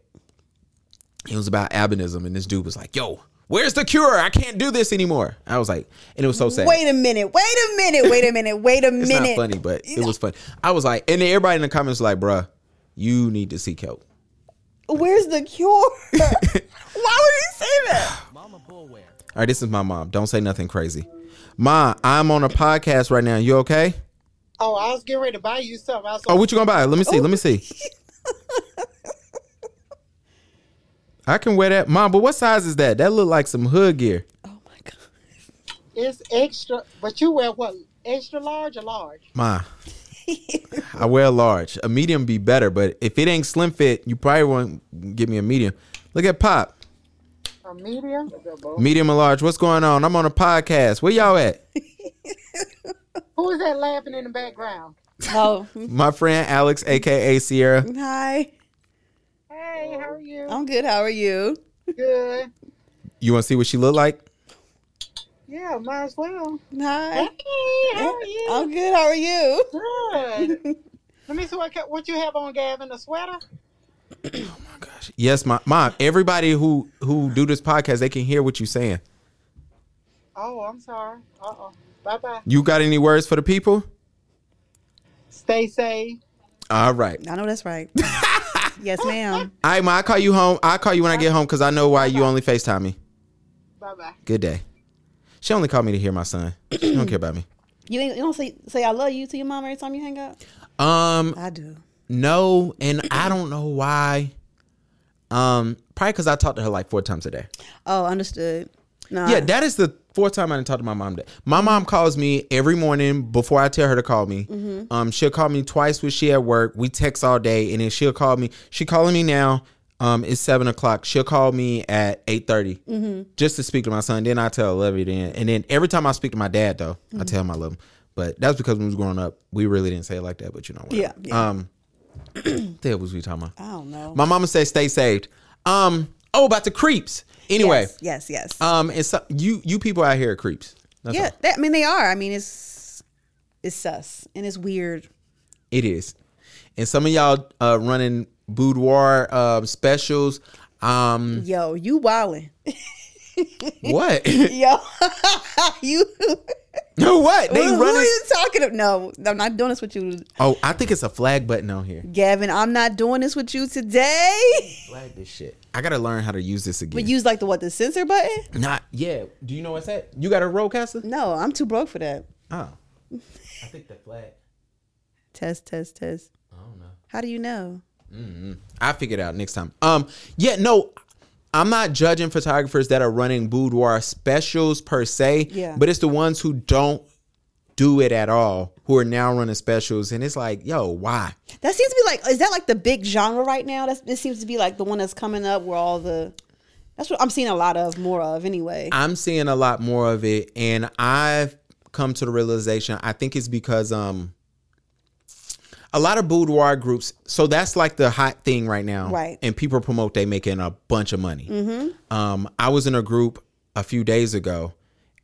[SPEAKER 2] It was about albinism, and this dude was like, "Yo, where's the cure? I can't do this anymore." I was like, and it was so sad.
[SPEAKER 1] Wait a minute. Wait a minute. Wait a minute. Wait a
[SPEAKER 2] it's
[SPEAKER 1] minute.
[SPEAKER 2] not funny, but it was funny. I was like, and then everybody in the comments was like, "Bruh, you need to seek help."
[SPEAKER 1] Where's the cure? Why would you say
[SPEAKER 2] Oh,
[SPEAKER 1] that?
[SPEAKER 2] All right, this is my mom. Don't say nothing crazy. Ma, I'm on a podcast right now. You okay?
[SPEAKER 6] Oh, I was getting ready to buy you something. I was
[SPEAKER 2] Oh,
[SPEAKER 6] like,
[SPEAKER 2] what you gonna buy? Let me see. Let me see. I can wear that, mom. But what size is that? That look like some hood gear.
[SPEAKER 1] Oh my god.
[SPEAKER 6] it's extra, but you wear what? Extra large or large?
[SPEAKER 2] Ma, I wear a large. A medium be better, but if it ain't slim fit, you probably won't give me a medium. Look at Pop.
[SPEAKER 6] A medium?
[SPEAKER 2] Medium and large. What's going on? I'm on a podcast. Where y'all at?
[SPEAKER 6] Who is that laughing in the background?
[SPEAKER 1] Oh,
[SPEAKER 2] My friend Alex, aka Sierra.
[SPEAKER 1] hi.
[SPEAKER 6] Hey, how are you?
[SPEAKER 1] I'm good. How are you?
[SPEAKER 6] good.
[SPEAKER 2] You wanna see what she look like?
[SPEAKER 6] Yeah, might as well.
[SPEAKER 1] Hi.
[SPEAKER 6] Hey, how are you?
[SPEAKER 1] I'm good. How are you?
[SPEAKER 6] good. Let me see what, ca- what you have on, Gavin. A sweater?
[SPEAKER 2] Yes, my mom. Everybody who who do this podcast, they can hear what you saying.
[SPEAKER 6] Oh, I'm sorry. Uh oh. Bye bye.
[SPEAKER 2] You got any words for the people?
[SPEAKER 6] Stay safe.
[SPEAKER 2] All right.
[SPEAKER 1] I know that's right. yes, ma'am.
[SPEAKER 2] All right, ma. I call you home. I call you when I get home because I know why you only Facetime me.
[SPEAKER 6] Bye bye.
[SPEAKER 2] Good day. She only called me to hear my son. She don't care about me.
[SPEAKER 1] You ain't, you don't say say I love you to your mom every time you hang up.
[SPEAKER 2] Um,
[SPEAKER 1] I do.
[SPEAKER 2] no, and I don't know why. Um, probably because I talked to her like four times a day.
[SPEAKER 1] Oh, understood. Nah.
[SPEAKER 2] Yeah, that is the fourth time I didn't talk to my mom. Today. My mom calls me every morning before I tell her to call me.
[SPEAKER 1] Mm-hmm.
[SPEAKER 2] Um, she'll call me twice when she at work. We text all day, and then she'll call me. She calling me now. Um, it's seven o'clock. She'll call me at eight
[SPEAKER 1] Mm-hmm.
[SPEAKER 2] just to speak to my son. Then I tell Levy then, and then every time I speak to my dad though,
[SPEAKER 1] Mm-hmm.
[SPEAKER 2] I tell him I love him. But that's because when we was growing up, we really didn't say it like that. But you know what?
[SPEAKER 1] Yeah, yeah. Uh,
[SPEAKER 2] Um, what the hell was we talking about?
[SPEAKER 1] I don't know.
[SPEAKER 2] My mama said, "Stay saved." Um, oh, about the creeps. Anyway.
[SPEAKER 1] Yes, yes, yes.
[SPEAKER 2] Um, and so you you people out here are creeps. That's
[SPEAKER 1] yeah,
[SPEAKER 2] all.
[SPEAKER 1] that, I mean they are. I mean it's it's sus and it's weird.
[SPEAKER 2] it is. And some of y'all uh, running boudoir uh, specials. Um,
[SPEAKER 1] Yo, you wildin'.
[SPEAKER 2] what?
[SPEAKER 1] Yo, you
[SPEAKER 2] No, what? They
[SPEAKER 1] who, who
[SPEAKER 2] run
[SPEAKER 1] are
[SPEAKER 2] it.
[SPEAKER 1] you talking about? No, I'm not doing this with you,
[SPEAKER 2] Oh, I think it's a flag button on here.
[SPEAKER 1] Gavin. I'm not doing this with you today.
[SPEAKER 2] Flag this shit. I gotta learn how to use this again.
[SPEAKER 1] But use like the what the censor button?
[SPEAKER 2] not yeah. Do you know what's that? You got a rollcaster?
[SPEAKER 1] No, I'm too broke for that.
[SPEAKER 2] Oh. I think the flag.
[SPEAKER 1] Test, test, test. I don't know. How do you know?
[SPEAKER 2] I figured out next time. Um, yeah, no, I'm not judging photographers that are running boudoir specials per se.
[SPEAKER 1] Yeah.
[SPEAKER 2] But it's the ones who don't do it at all who are now running specials, and it's like, yo, why?
[SPEAKER 1] That seems to be like is that like the big genre right now? That's it seems to be like the one that's coming up where all the that's what I'm seeing a lot of more of anyway.
[SPEAKER 2] I'm seeing a lot more of it, and I've come to the realization. I think it's because um, a lot of boudoir groups. So that's like the hot thing right now,
[SPEAKER 1] Right.
[SPEAKER 2] And people promote they making a bunch of money. Um, I was in a group a few days ago,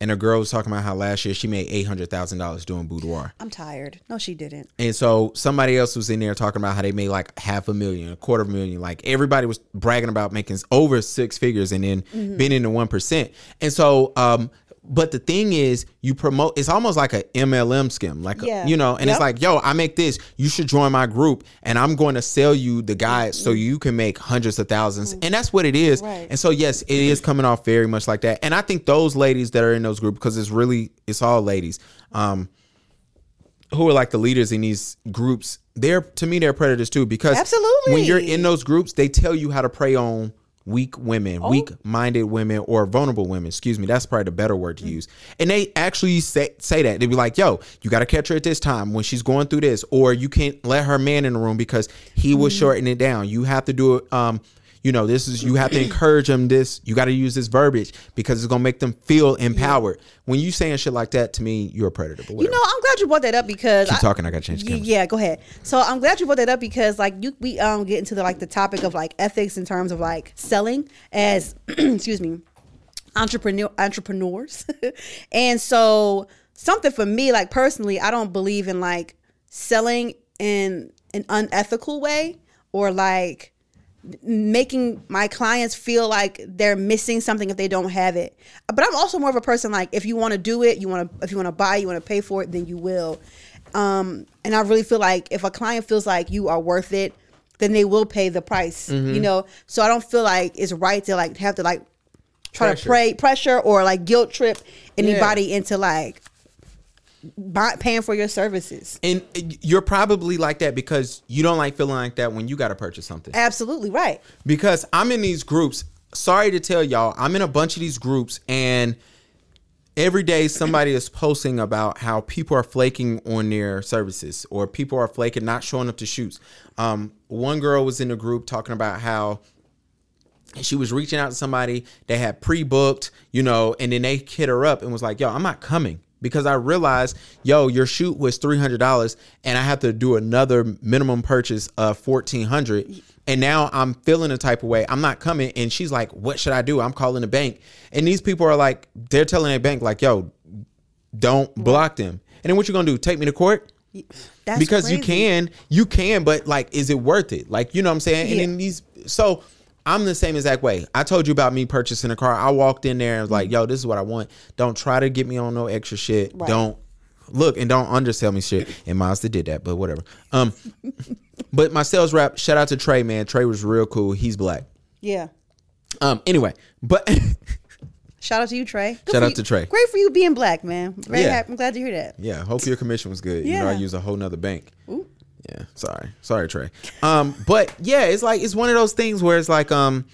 [SPEAKER 2] and a girl was talking about how last year she made eight hundred thousand dollars doing boudoir,
[SPEAKER 1] I'm tired. No, she didn't.
[SPEAKER 2] and so somebody else was in there talking about how they made like half a million, a quarter of a million. Like everybody was bragging about making over six figures and then
[SPEAKER 1] Mm-hmm.
[SPEAKER 2] being in the one percent. And so, um, but the thing is, you promote. It's almost like a MLM scam, like a-
[SPEAKER 1] Yeah.
[SPEAKER 2] you know. And
[SPEAKER 1] Yep.
[SPEAKER 2] it's like, yo, I make this. You should join my group, and I'm going to sell you
[SPEAKER 1] Mm-hmm.
[SPEAKER 2] the guide so you can make hundreds of 1000s And that's what it is.
[SPEAKER 1] Right.
[SPEAKER 2] And so, yes, it is coming off very much like that. And I think those ladies that are in those groups, because it's really it's all ladies. Um, who are like the leaders in these groups, they're to me they're predators too because
[SPEAKER 1] Absolutely.
[SPEAKER 2] when you're in those groups, they tell you how to prey on weak women,
[SPEAKER 1] Oh.
[SPEAKER 2] weak-minded women or vulnerable women, excuse me. That's probably the better word
[SPEAKER 1] Mm.
[SPEAKER 2] to use. And they actually say say that. They be like, "Yo, you got to catch her at this time when she's going through this or you can't let her man in the room because he
[SPEAKER 1] Mm.
[SPEAKER 2] will shorten it down. You have to do it um you know, this is you have to encourage them. This you got to use this verbiage because it's gonna make them feel empowered. When you saying shit like that to me, you're a predator. but
[SPEAKER 1] You
[SPEAKER 2] whatever.
[SPEAKER 1] know, I'm glad you brought that up because
[SPEAKER 2] Keep talking, I gotta change the
[SPEAKER 1] Y-
[SPEAKER 2] camera.
[SPEAKER 1] Yeah, go ahead. So I'm glad you brought that up because like you we um get into the like the topic of like ethics in terms of like selling as excuse me entrepreneur entrepreneurs. and so something for me like personally, I don't believe in like selling in an unethical way or like making my clients feel like they're missing something if they don't have it. But I'm also more of a person like if you want to do it, you want to if you want to buy, you want to pay for it, then you will. Um, and I really feel like if a client feels like you are worth it, then they will pay the price.
[SPEAKER 2] Mm-hmm.
[SPEAKER 1] You know, so I don't feel like it's right to like have to like try to
[SPEAKER 2] Pressure.
[SPEAKER 1] pray pressure or like guilt trip anybody into like buy, paying for your services.
[SPEAKER 2] And uh, you're probably like that because you don't like feeling like that when you got to purchase something.
[SPEAKER 1] Absolutely right.
[SPEAKER 2] Because I'm in these groups. Sorry to tell y'all, I'm in a bunch of these groups, and every day somebody is posting about how people are flaking on their services or people are flaking, not showing up to shoots. Um, one girl was in the group talking about how she was reaching out to somebody they had pre-booked, you know, and then they hit her up and was like, "Yo, I'm not coming." Because I realized, yo, your shoot was three hundred dollars, and I have to do another minimum purchase of fourteen hundred, and now I'm feeling a type of way. I'm not coming, and she's like, "What should I do?" I'm calling the bank, and these people are like, they're telling their bank, like, "Yo, don't block them." And then what you gonna do? Take me to court?
[SPEAKER 1] That's
[SPEAKER 2] because you
[SPEAKER 1] crazy.
[SPEAKER 2] can, you can, but like, is it worth it? Like, you know what I'm saying? And then these, so I'm the same exact way. I told you about me purchasing a car. I walked in there and was like, yo, this is what I want. Don't try to get me on no extra shit.
[SPEAKER 1] Mm-hmm. Right.
[SPEAKER 2] Don't look and don't undersell me shit. And Mazda did that, but whatever. Um, but my sales rep, shout out to Trey, man. Trey was real cool. He's black.
[SPEAKER 1] Yeah.
[SPEAKER 2] Um, anyway, but
[SPEAKER 1] Shout out to you, Trey. Good
[SPEAKER 2] Shout
[SPEAKER 1] for
[SPEAKER 2] out
[SPEAKER 1] you.
[SPEAKER 2] to Trey.
[SPEAKER 1] Great for you being black, man. Very
[SPEAKER 2] Yeah.
[SPEAKER 1] happy. I'm glad to hear that.
[SPEAKER 2] yeah, hope your commission was good. You know, I
[SPEAKER 1] Yeah.
[SPEAKER 2] use a whole nother bank. Yeah, sorry, sorry, Trey. Um, but yeah, it's like it's one of those things where it's like um,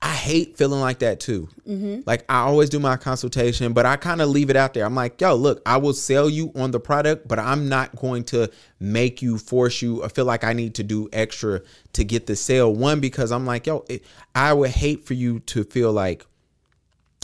[SPEAKER 2] I hate feeling like that too.
[SPEAKER 1] Mm-hmm.
[SPEAKER 2] Like I always do my consultation, but I kind of leave it out there. I'm like, yo, look, I will sell you on the product, but I'm not going to make you force you or feel like I need to do extra to get the sale. One because I'm like, yo, it, I would hate for you to feel like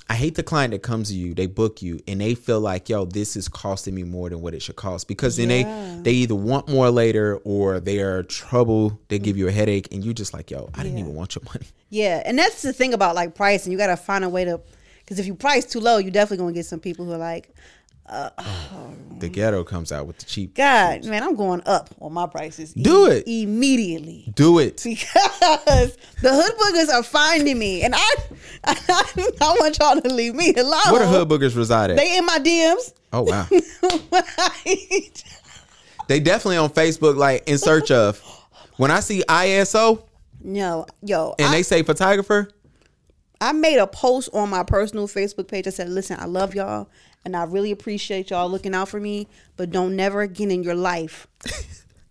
[SPEAKER 2] I hate the client that comes to you, they book you, and they feel like, yo, this is costing me more than what it should cost. Because then
[SPEAKER 1] Yeah.
[SPEAKER 2] they they either want more later or they are trouble, they give you a headache, and you just like, yo, I didn't
[SPEAKER 1] Yeah.
[SPEAKER 2] even want your money.
[SPEAKER 1] Yeah. And that's the thing about like pricing. You got to find a way to, because if you price too low, you definitely going to get some people who are like,
[SPEAKER 2] The ghetto comes out with the cheap.
[SPEAKER 1] God, man, I'm going up on my prices.
[SPEAKER 2] Do it.
[SPEAKER 1] Immediately.
[SPEAKER 2] Do it.
[SPEAKER 1] Because the hood boogers are finding me. And I, I, I want y'all to leave me alone.
[SPEAKER 2] Where the hood boogers reside at?
[SPEAKER 1] They in my DMs.
[SPEAKER 2] Oh wow. They definitely on Facebook like in search of. When I see ISO
[SPEAKER 1] no, yo,
[SPEAKER 2] and
[SPEAKER 1] I,
[SPEAKER 2] they say photographer,
[SPEAKER 1] I made a post on my personal Facebook page. I said, "Listen, I love y'all, and I really appreciate y'all looking out for me, but don't never again in your life."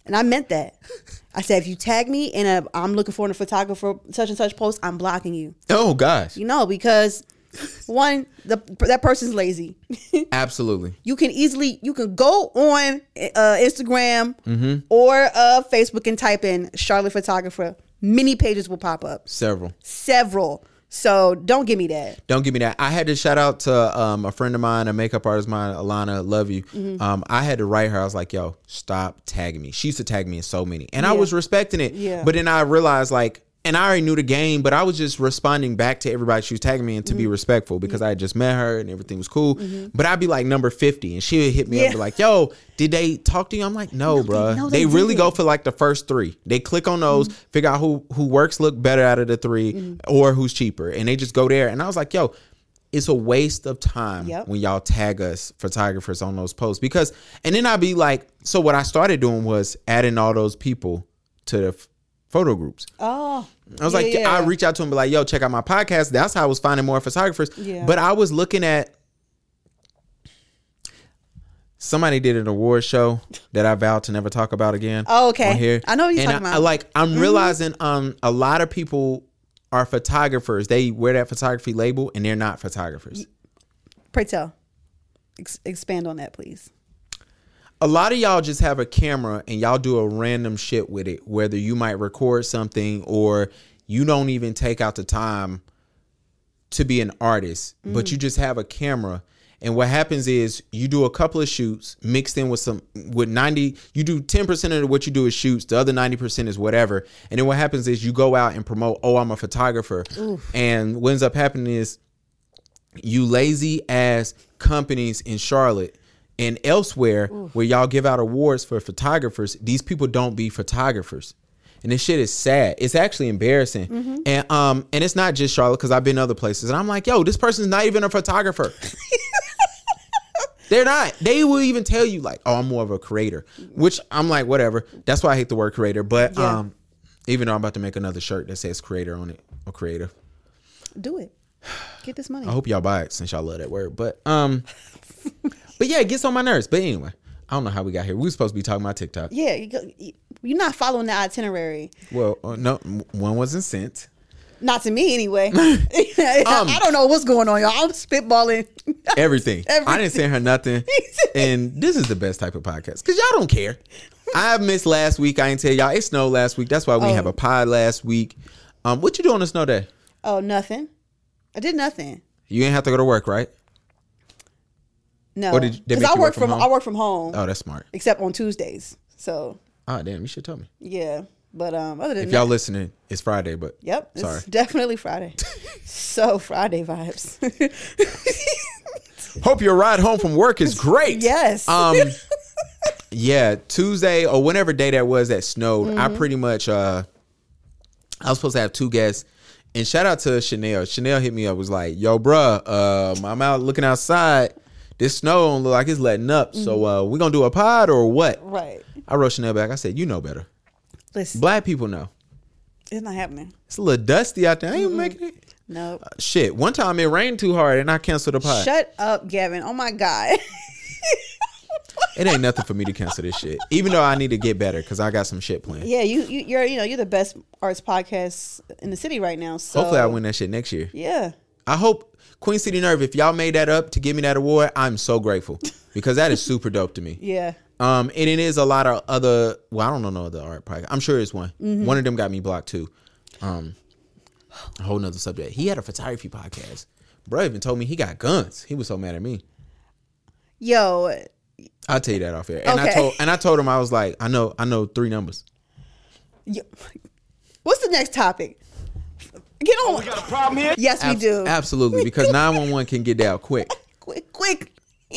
[SPEAKER 1] and I meant that. I said, if you tag me in a, I'm looking for a photographer, such and such post, I'm blocking you.
[SPEAKER 2] oh gosh,
[SPEAKER 1] You know, because one, the that person's lazy.
[SPEAKER 2] absolutely.
[SPEAKER 1] you can easily you can go on uh, Instagram or uh, Facebook and type in Charlotte photographer. Many pages will pop up,
[SPEAKER 2] Several.
[SPEAKER 1] several. So don't give me that.
[SPEAKER 2] Don't give me that. I had to shout out to um, a friend of mine, a makeup artist of mine, Alana. Love you.
[SPEAKER 1] Mm-hmm.
[SPEAKER 2] Um, I had to write her. I was like, "Yo, stop tagging me." She used to tag me in so many, and I
[SPEAKER 1] Yeah.
[SPEAKER 2] was respecting it.
[SPEAKER 1] Yeah.
[SPEAKER 2] But then I realized, like, and I already knew the game, but I was just responding back to everybody she was tagging me and to
[SPEAKER 1] Mm-hmm.
[SPEAKER 2] be respectful because I had just met her and everything was cool. But I'd be like number fifty, and she would hit me up
[SPEAKER 1] Yeah.
[SPEAKER 2] and be like, "Yo, did they talk to you?" I'm like, "No, bruh.
[SPEAKER 1] no,
[SPEAKER 2] they,
[SPEAKER 1] they
[SPEAKER 2] really
[SPEAKER 1] didn't."
[SPEAKER 2] go for like the first three. They click on those, figure out who who works look better out of the 3 or who's cheaper, and they just go there. And I was like, yo, it's a waste of time
[SPEAKER 1] Yep.
[SPEAKER 2] when y'all tag us photographers on those posts because. And then I'd be like, so what I started doing was adding all those people to the f- photo groups.
[SPEAKER 1] Oh,
[SPEAKER 2] I was like, I reach out to him, be like, yo, check out my podcast. That's how I was finding more photographers.
[SPEAKER 1] Yeah.
[SPEAKER 2] But I was looking at somebody did an award show that I vowed to never talk about again.
[SPEAKER 1] Oh, okay.
[SPEAKER 2] on here.
[SPEAKER 1] I know what you're
[SPEAKER 2] And
[SPEAKER 1] talking
[SPEAKER 2] I-
[SPEAKER 1] about. Mm-hmm.
[SPEAKER 2] I like I'm realizing um a lot of people are photographers. They wear that photography label and they're not photographers.
[SPEAKER 1] pray tell, Ex- expand on that, please.
[SPEAKER 2] a lot of y'all just have a camera and y'all do a random shit with it whether you might record something or you don't even take out the time to be an artist but you just have a camera and what happens is you do a couple of shoots mixed in with some with 90 you do 10% of what you do is shoots the other 90% is whatever and then what happens is you go out and promote oh i'm a photographer and what ends up happening is you lazy ass companies in Charlotte and elsewhere where y'all give out awards for photographers, these people don't be photographers. And this shit is sad. It's actually embarrassing. And um and it's not just Charlotte cuz I've been other places and I'm like, "Yo, this person's not even a photographer." They're not. They will even tell you like, "Oh, I'm more of a creator," which I'm like, whatever. That's why I hate the word creator. But
[SPEAKER 1] Yeah.
[SPEAKER 2] um, even though I'm about to make another shirt that says creator on it or creative,
[SPEAKER 1] Do it. Get this money.
[SPEAKER 2] I hope y'all buy it since y'all love that word. But um, but yeah, it gets on my nerves. But anyway, I don't know how we got here. We were supposed to be talking about TikTok.
[SPEAKER 1] Yeah, you go, you- you're not following the itinerary.
[SPEAKER 2] Well, uh, no, m- one wasn't sent.
[SPEAKER 1] Not to me, anyway.
[SPEAKER 2] Um,
[SPEAKER 1] I don't know what's going on, y'all. I'm spitballing.
[SPEAKER 2] Everything. I
[SPEAKER 1] Everything.
[SPEAKER 2] didn't send her nothing. and this is the best type of podcast because y'all don't care. I missed last week. I ain't tell y'all it snowed last week. That's why we
[SPEAKER 1] Oh.
[SPEAKER 2] have a pod last week. Um, what you doing on a snow day?
[SPEAKER 1] oh, nothing. I did nothing.
[SPEAKER 2] You ain't have to go to work, right?
[SPEAKER 1] No,
[SPEAKER 2] Or did you- they
[SPEAKER 1] because
[SPEAKER 2] make
[SPEAKER 1] I
[SPEAKER 2] you
[SPEAKER 1] work, from,
[SPEAKER 2] home?
[SPEAKER 1] I work from home,
[SPEAKER 2] Oh, that's smart.
[SPEAKER 1] except on Tuesdays. So
[SPEAKER 2] Oh, damn, you should tell me.
[SPEAKER 1] yeah, but um, other than
[SPEAKER 2] If y'all
[SPEAKER 1] that,
[SPEAKER 2] listening, it's Friday, but
[SPEAKER 1] yep, it's
[SPEAKER 2] sorry.
[SPEAKER 1] definitely Friday. so Friday vibes.
[SPEAKER 2] Hope your ride home from work is great.
[SPEAKER 1] yes.
[SPEAKER 2] Um Yeah, Tuesday or whenever day that was that snowed, I
[SPEAKER 1] Mm-hmm.
[SPEAKER 2] pretty much uh I was supposed to have two guests. And shout out to Chanel. Chanel hit me up, was like, yo, bruh, um, I'm out looking outside. This snow don't look like it's letting up. So
[SPEAKER 1] Mm-hmm.
[SPEAKER 2] uh we gonna do a pod or what?
[SPEAKER 1] right.
[SPEAKER 2] I wrote Chanel back. I said, You know better.
[SPEAKER 1] Listen,
[SPEAKER 2] Black people know.
[SPEAKER 1] it's not happening.
[SPEAKER 2] It's a little dusty out there. I ain't
[SPEAKER 1] Mm-hmm.
[SPEAKER 2] making it.
[SPEAKER 1] No.
[SPEAKER 2] Shit. One time it rained too hard and I canceled the pod.
[SPEAKER 1] Shut up, Gavin. Oh my God.
[SPEAKER 2] It ain't nothing for me to cancel this shit. Even though I need to get better because I got some shit planned.
[SPEAKER 1] yeah, you, you you're you know you're the best arts podcast in the city right now. So
[SPEAKER 2] Hopefully I win that shit next year.
[SPEAKER 1] Yeah.
[SPEAKER 2] I hope Queen City Nerve, if y'all made that up to give me that award, I'm so grateful because that is super dope to me.
[SPEAKER 1] Yeah.
[SPEAKER 2] Um, and it is a lot of other. Well, I don't know no other art project. I'm sure it's one.
[SPEAKER 1] Mm-hmm.
[SPEAKER 2] One of them got me blocked too. Um, a whole nother subject. He had a photography podcast. Bro even told me he got guns. He was so mad at me.
[SPEAKER 1] Yo,
[SPEAKER 2] I'll tell you that off air. And I
[SPEAKER 1] Okay.
[SPEAKER 2] told and I told him I was like, I know, I know three numbers.
[SPEAKER 1] yo- what's the next topic? Get on.
[SPEAKER 7] Oh, We got a problem here.
[SPEAKER 1] yes, we
[SPEAKER 2] Abs-
[SPEAKER 1] do.
[SPEAKER 2] Absolutely, because 911 can get down quick.
[SPEAKER 1] quick, quick.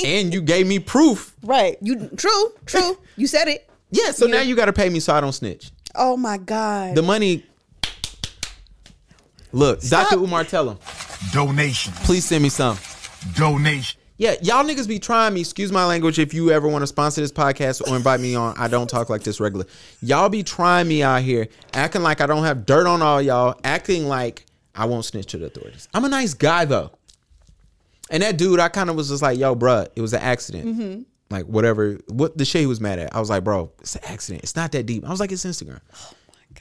[SPEAKER 2] And you gave me proof.
[SPEAKER 1] Right. You true, true. You said it.
[SPEAKER 2] Yeah, so
[SPEAKER 1] Yeah.
[SPEAKER 2] now you gotta pay me so I don't snitch.
[SPEAKER 1] Oh my God.
[SPEAKER 2] The money. Look,
[SPEAKER 1] Stop.
[SPEAKER 2] Dr. Umar, tell him.
[SPEAKER 4] Donation.
[SPEAKER 2] Please send me some.
[SPEAKER 4] Donation.
[SPEAKER 2] Yeah, y'all niggas be trying me. Excuse my language. If you ever want to sponsor this podcast or invite me on, I don't talk like this regular. Y'all be trying me out here, acting like I don't have dirt on all y'all, acting like I won't snitch to the authorities. I'm a nice guy though, and that dude, I kind of was just like, "Yo, bruh, it was an accident." Like whatever, what the shit he was mad at. I was like, "Bro, it's an accident. It's not that deep." I was like, "It's Instagram."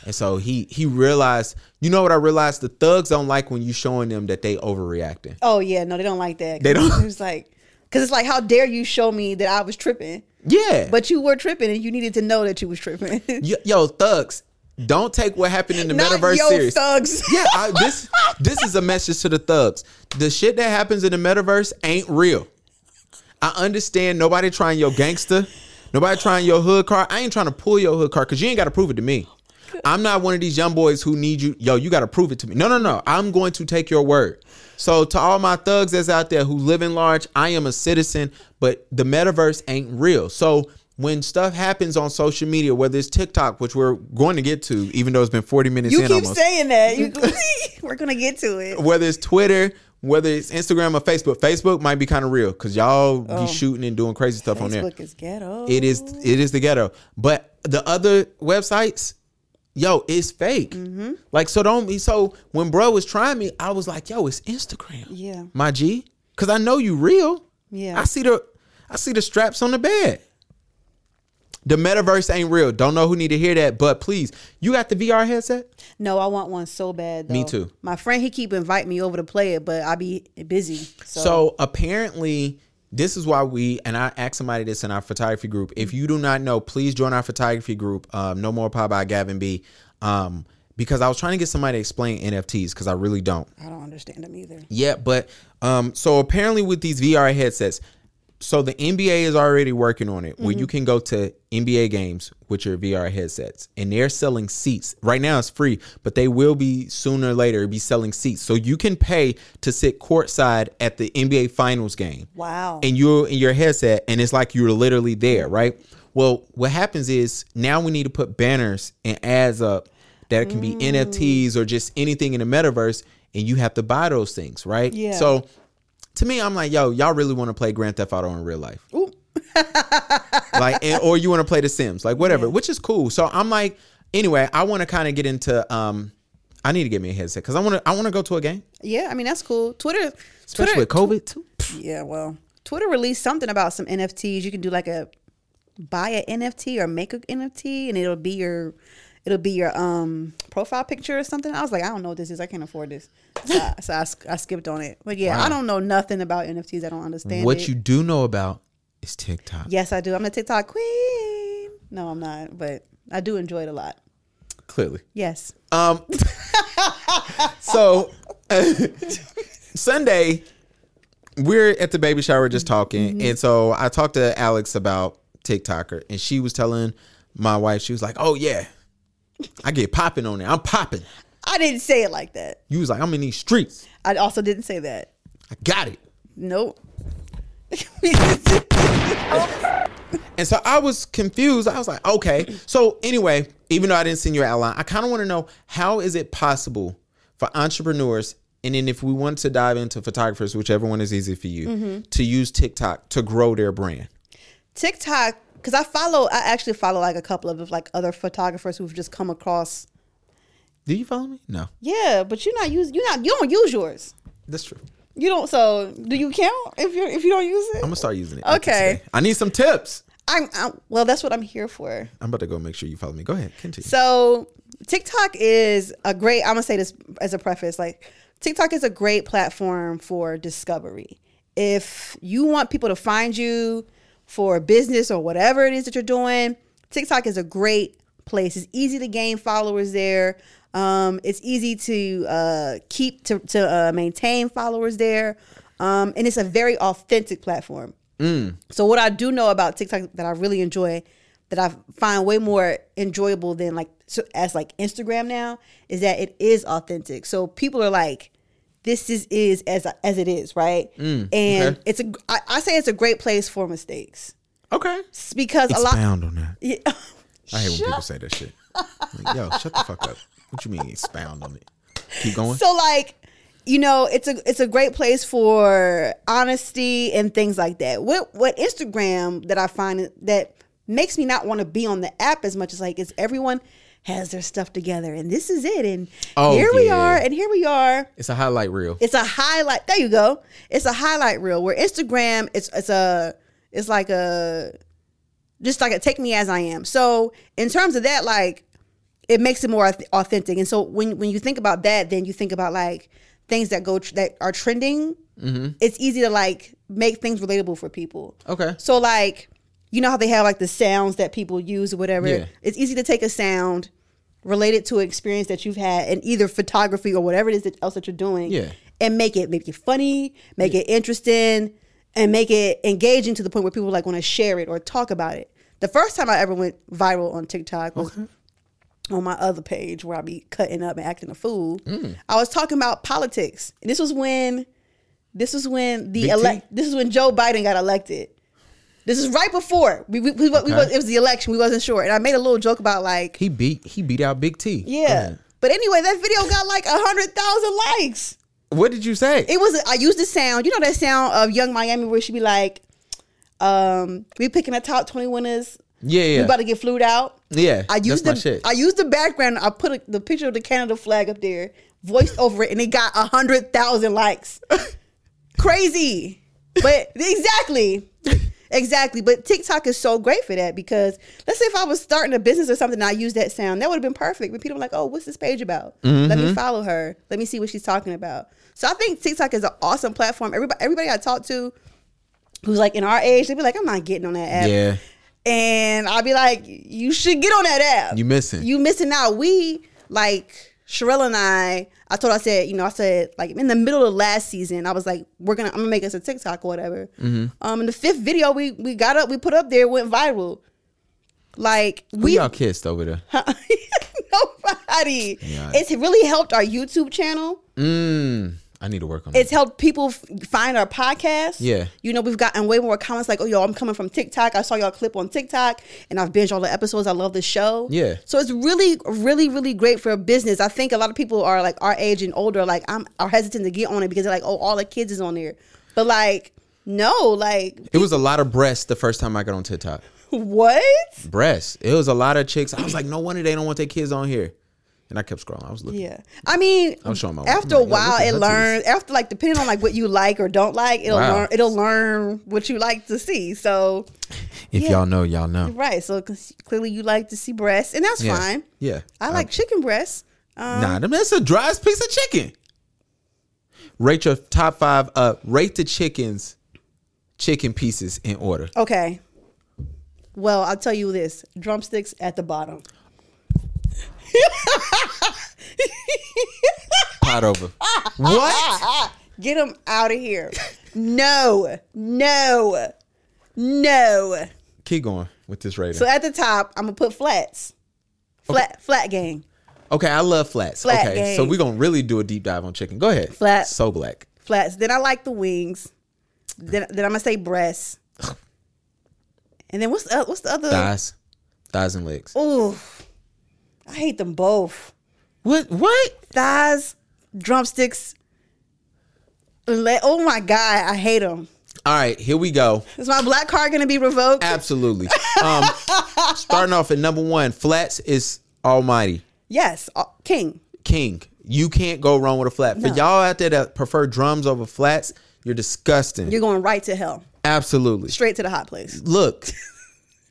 [SPEAKER 2] And so he he realized, you know what I realized? The thugs don't like when you showing them that they overreacting.
[SPEAKER 1] Oh yeah, no, they don't like that.
[SPEAKER 2] They don't-
[SPEAKER 1] It was like, because it's like, how dare you show me that I was tripping?
[SPEAKER 2] Yeah.
[SPEAKER 1] But you were tripping, and you needed to know that you was tripping.
[SPEAKER 2] yo, yo, thugs, don't take what happened in the
[SPEAKER 1] Not
[SPEAKER 2] metaverse
[SPEAKER 1] yo
[SPEAKER 2] serious.
[SPEAKER 1] thugs.
[SPEAKER 2] Yeah, I, this this is a message to the thugs. The shit that happens in the metaverse ain't real. I understand nobody trying your gangster, nobody trying your hood car. I ain't trying to pull your hood car because you ain't got to prove it to me. I'm not one of these young boys who need you. Yo, you got to prove it to me. No, no, no. I'm going to take your word. So to all my thugs that's out there who live in large, I am a citizen, but the metaverse ain't real. So when stuff happens on social media, whether it's TikTok, which we're going to get to, even though it's been 40 minutes
[SPEAKER 1] you
[SPEAKER 2] in
[SPEAKER 1] keep
[SPEAKER 2] almost
[SPEAKER 1] saying that. You, we're gonna get to it.
[SPEAKER 2] whether it's Twitter, whether it's Instagram or Facebook. Facebook might be kind of real because y'all be shooting and doing crazy stuff on there.
[SPEAKER 1] Oh. Facebook is ghetto.
[SPEAKER 2] It is it is the ghetto, but the other websites, yo, it's fake.
[SPEAKER 1] Mm-hmm.
[SPEAKER 2] Like so don't be so when bro was trying me, I was like, yo, it's Instagram.
[SPEAKER 1] Yeah.
[SPEAKER 2] my G, because I know you real.
[SPEAKER 1] Yeah.
[SPEAKER 2] I see the I see the straps on the bed. The metaverse ain't real. Don't know who need to hear that, but please, you got the VR headset.
[SPEAKER 1] No, I want one so bad. Though.
[SPEAKER 2] Me too.
[SPEAKER 1] My friend, he keep inviting me over to play it, but I be busy. So,
[SPEAKER 2] So apparently, this is why we and I asked somebody this in our photography group. If you do not know, please join our photography group. Um, no more pie by Gavin B. Um, because I was trying to get somebody to explain NFTs because I really don't.
[SPEAKER 1] I don't understand them either.
[SPEAKER 2] Yeah, but um, so apparently with these VR headsets, so the NBA is already working on it where you can go to NBA games with your VR headsets and they're selling seats. Right now it's free, but they will be sooner or later be selling seats. So you can pay to sit courtside at the NBA finals game.
[SPEAKER 1] Wow.
[SPEAKER 2] And you're in your headset and it's like you're literally there, right? Well, what happens is now we need to put banners and ads up that can be NFTs or just anything in the metaverse and you have to buy those things, right?
[SPEAKER 1] Yeah.
[SPEAKER 2] So to me, I'm like, yo, y'all really want to play Grand Theft Auto in real life. like and, or you want to play the Sims, like whatever, which is cool. So I'm like, anyway, I want to kind of get into um I need to get me a headset because I want to I want to go to a game,
[SPEAKER 1] Yeah, I mean that's cool. Twitter,
[SPEAKER 2] especially
[SPEAKER 1] Twitter,
[SPEAKER 2] with COVID too.
[SPEAKER 1] yeah. Well, Twitter released something about some NFTs. You can do like a buy a NFT or make a NFT, and it'll be your it'll be your um profile picture or something. I was like, I don't know what this is. I can't afford this, so, I, so I, sk- I skipped on it. But yeah, I don't know nothing about NFTs. I don't understand
[SPEAKER 2] What
[SPEAKER 1] it.
[SPEAKER 2] you do know about is TikTok.
[SPEAKER 1] Yes, I do. I'm a TikTok queen. No, I'm not, but I do enjoy it a lot.
[SPEAKER 2] Clearly.
[SPEAKER 1] Yes.
[SPEAKER 2] Um, so Sunday, we're at the baby shower just talking, and so I talked to Alex about TikToker, and she was telling my wife, she was like, "Oh yeah, I get popping on it. I'm popping."
[SPEAKER 1] I didn't say it like that.
[SPEAKER 2] You was like, "I'm in these streets.
[SPEAKER 1] I also didn't say that.
[SPEAKER 2] I got it."
[SPEAKER 1] Nope.
[SPEAKER 2] And so I was confused. I was like, okay. So anyway, even though I didn't send you an outline, I kind of want to know how is it possible for entrepreneurs, and then if we want to dive into photographers, whichever one is easy for you,
[SPEAKER 1] Mm-hmm.
[SPEAKER 2] to use TikTok to grow their brand.
[SPEAKER 1] TikTok, because I follow, I actually follow like a couple of like other photographers who've just come across.
[SPEAKER 2] Do you follow me? No,
[SPEAKER 1] Yeah, but you're not use, you're not, you don't use yours.
[SPEAKER 2] that's true. I'm
[SPEAKER 1] You don't. So do you count if you if you don't use it?
[SPEAKER 2] gonna start using it.
[SPEAKER 1] Okay.
[SPEAKER 2] today. I need some tips.
[SPEAKER 1] I'm, I'm well. That's what I'm here for.
[SPEAKER 2] I'm about to go make sure you follow me. Go ahead, continue.
[SPEAKER 1] So TikTok is a great. I'm gonna say this as a preface. Like TikTok is a great platform for discovery. If you want people to find you for business or whatever it is that you're doing, TikTok is a great place. It's easy to gain followers there. Um, it's easy to uh, keep to, to uh, maintain followers there, um, and it's a very authentic platform. So what I do know about TikTok that I really enjoy, that I find way more enjoyable than like so as like Instagram now, is that it is authentic. So people are like, this is is as as it is, right? and
[SPEAKER 2] okay.
[SPEAKER 1] it's a I, I say it's a great place for mistakes
[SPEAKER 2] okay.
[SPEAKER 1] It's because a lot.
[SPEAKER 2] Expound on that.
[SPEAKER 1] Yeah.
[SPEAKER 2] I hate when people say that shit. Like, yo, shut the fuck up. What you mean expound on it? Keep going.
[SPEAKER 1] So like you know, it's a it's a great place for honesty and things like that. What what Instagram that I find that makes me not want to be on the app as much as like is everyone has their stuff together and this is it and
[SPEAKER 2] Oh,
[SPEAKER 1] here we
[SPEAKER 2] yeah.
[SPEAKER 1] are and here we are.
[SPEAKER 2] It's a highlight reel.
[SPEAKER 1] It's a highlight. There you go. It's a highlight reel where Instagram. It's it's a it's like a just like a take me as I am. So in terms of that, like it makes it more auth- authentic. And so when when you think about that, then you think about like things that go tr- that are trending. It's easy to like make things relatable for people.
[SPEAKER 2] Okay.
[SPEAKER 1] So like you know how they have like the sounds that people use or whatever.
[SPEAKER 2] Yeah.
[SPEAKER 1] It's easy to take a sound related to an experience that you've had in either photography or whatever it is that else that you're doing.
[SPEAKER 2] Yeah.
[SPEAKER 1] And make it make it funny, make it interesting, and make it engaging to the point where people like want to share it or talk about it. The first time I ever went viral on TikTok was on my other page where I be cutting up and acting a fool.
[SPEAKER 2] Mm.
[SPEAKER 1] I was talking about politics. This was when this was when the
[SPEAKER 2] Big
[SPEAKER 1] elect
[SPEAKER 2] T?
[SPEAKER 1] this is when Joe Biden got elected. This is right before we, we, we, we was, it was the election. We wasn't sure, and I made a little joke about like,
[SPEAKER 2] He beat he beat out Big T.
[SPEAKER 1] yeah. But anyway, that video got like a hundred thousand likes.
[SPEAKER 2] What did you say?
[SPEAKER 1] It was I used the sound, you know that sound of Young Miami where she be like, um, "We picking the top twenty winners.
[SPEAKER 2] yeah, yeah.
[SPEAKER 1] We about to get flued out."
[SPEAKER 2] yeah.
[SPEAKER 1] I used
[SPEAKER 2] that's
[SPEAKER 1] the
[SPEAKER 2] my shit.
[SPEAKER 1] I used the background. I put a, the picture of the Canada flag up there, voiced over it, and it got a hundred thousand likes. Crazy, but exactly, exactly. But TikTok is so great for that because let's say if I was starting a business or something, and I used that sound, that would have been perfect. But people were like, "Oh, what's this page about? Let
[SPEAKER 2] Mm-hmm.
[SPEAKER 1] me follow her. Let me see what she's talking about." So I think TikTok is an awesome platform. Everybody, everybody I talk to. Who's like in our age? They'd be like, I'm not getting on that app
[SPEAKER 2] yeah.
[SPEAKER 1] and I'll be like, you should get on that app.
[SPEAKER 2] You missing.
[SPEAKER 1] You missing out. We like Sherelle and I. I told I said, you know, I said like in the middle of last season, I was like, we're gonna, I'm gonna make us a TikTok or whatever.
[SPEAKER 2] Mm-hmm.
[SPEAKER 1] Um, and the fifth video we we got up, we put up there, went viral. Like
[SPEAKER 2] Who
[SPEAKER 1] we
[SPEAKER 2] y'all kissed over there?
[SPEAKER 1] nobody.
[SPEAKER 2] Yeah.
[SPEAKER 1] It's really helped our YouTube channel
[SPEAKER 2] Mm. I need to work on
[SPEAKER 1] it's
[SPEAKER 2] it.
[SPEAKER 1] helped people f- find our podcast.
[SPEAKER 2] Yeah.
[SPEAKER 1] You know, we've gotten way more comments like, oh, yo, I'm coming from TikTok. I saw y'all clip on TikTok and I've binged all the episodes. I love the show.
[SPEAKER 2] Yeah.
[SPEAKER 1] So it's really, really, really great for a business. I think a lot of people are like our age and older, like, I'm are hesitant to get on it because they're like, oh, all the kids is on there. But like, no, like,
[SPEAKER 2] It was a lot of breasts the first time I got on TikTok.
[SPEAKER 1] what?
[SPEAKER 2] Breasts. It was a lot of chicks. I was like, no wonder they don't want their kids on here. And I kept scrolling. I was looking.
[SPEAKER 1] Yeah. I mean,
[SPEAKER 2] I'm showing my wife.
[SPEAKER 1] after
[SPEAKER 2] I'm
[SPEAKER 1] a
[SPEAKER 2] like, yo, look
[SPEAKER 1] while,
[SPEAKER 2] at
[SPEAKER 1] it
[SPEAKER 2] her
[SPEAKER 1] learns.
[SPEAKER 2] titties.
[SPEAKER 1] After like, depending on like what you like or don't like, it'll
[SPEAKER 2] Wow.
[SPEAKER 1] learn. It'll learn what you like to see. So
[SPEAKER 2] If
[SPEAKER 1] Yeah.
[SPEAKER 2] y'all know, y'all know.
[SPEAKER 1] Right. So c- clearly you like to see breasts, and that's
[SPEAKER 2] Yeah.
[SPEAKER 1] fine.
[SPEAKER 2] Yeah. Uh,
[SPEAKER 1] I like chicken breasts. Um,
[SPEAKER 2] Nah, them- that's the driest piece of chicken. Rate your top five. Uh, rate the chickens, chicken pieces in order.
[SPEAKER 1] okay. Well, I'll tell you this: drumsticks at the bottom.
[SPEAKER 2] Pot over. what?
[SPEAKER 1] Get them out of here. no, no, no.
[SPEAKER 2] Keep going with this rating.
[SPEAKER 1] So at the top, I'm gonna put flats. Flat, flat gang.
[SPEAKER 2] okay, I love flats.
[SPEAKER 1] Flat
[SPEAKER 2] okay,
[SPEAKER 1] game.
[SPEAKER 2] so we're gonna really do a deep dive on chicken. Go ahead.
[SPEAKER 1] Flat.
[SPEAKER 2] So black.
[SPEAKER 1] Flats. Then I like the wings. Then, then I'm gonna say breasts. And then what's the, what's the other?
[SPEAKER 2] Thighs, thighs and legs.
[SPEAKER 1] Oof. I hate them both.
[SPEAKER 2] What? What?
[SPEAKER 1] thighs, drumsticks. Le- oh my god, I hate them.
[SPEAKER 2] All right, here we go.
[SPEAKER 1] Is my black card gonna be revoked?
[SPEAKER 2] Absolutely. Um, starting off at number one, flats is almighty.
[SPEAKER 1] yes, uh, king.
[SPEAKER 2] king. You can't go wrong with a flat.
[SPEAKER 1] No.
[SPEAKER 2] For y'all out there that prefer drums over flats, you're disgusting.
[SPEAKER 1] You're going right to hell,
[SPEAKER 2] Absolutely.
[SPEAKER 1] straight to the hot place.
[SPEAKER 2] Look,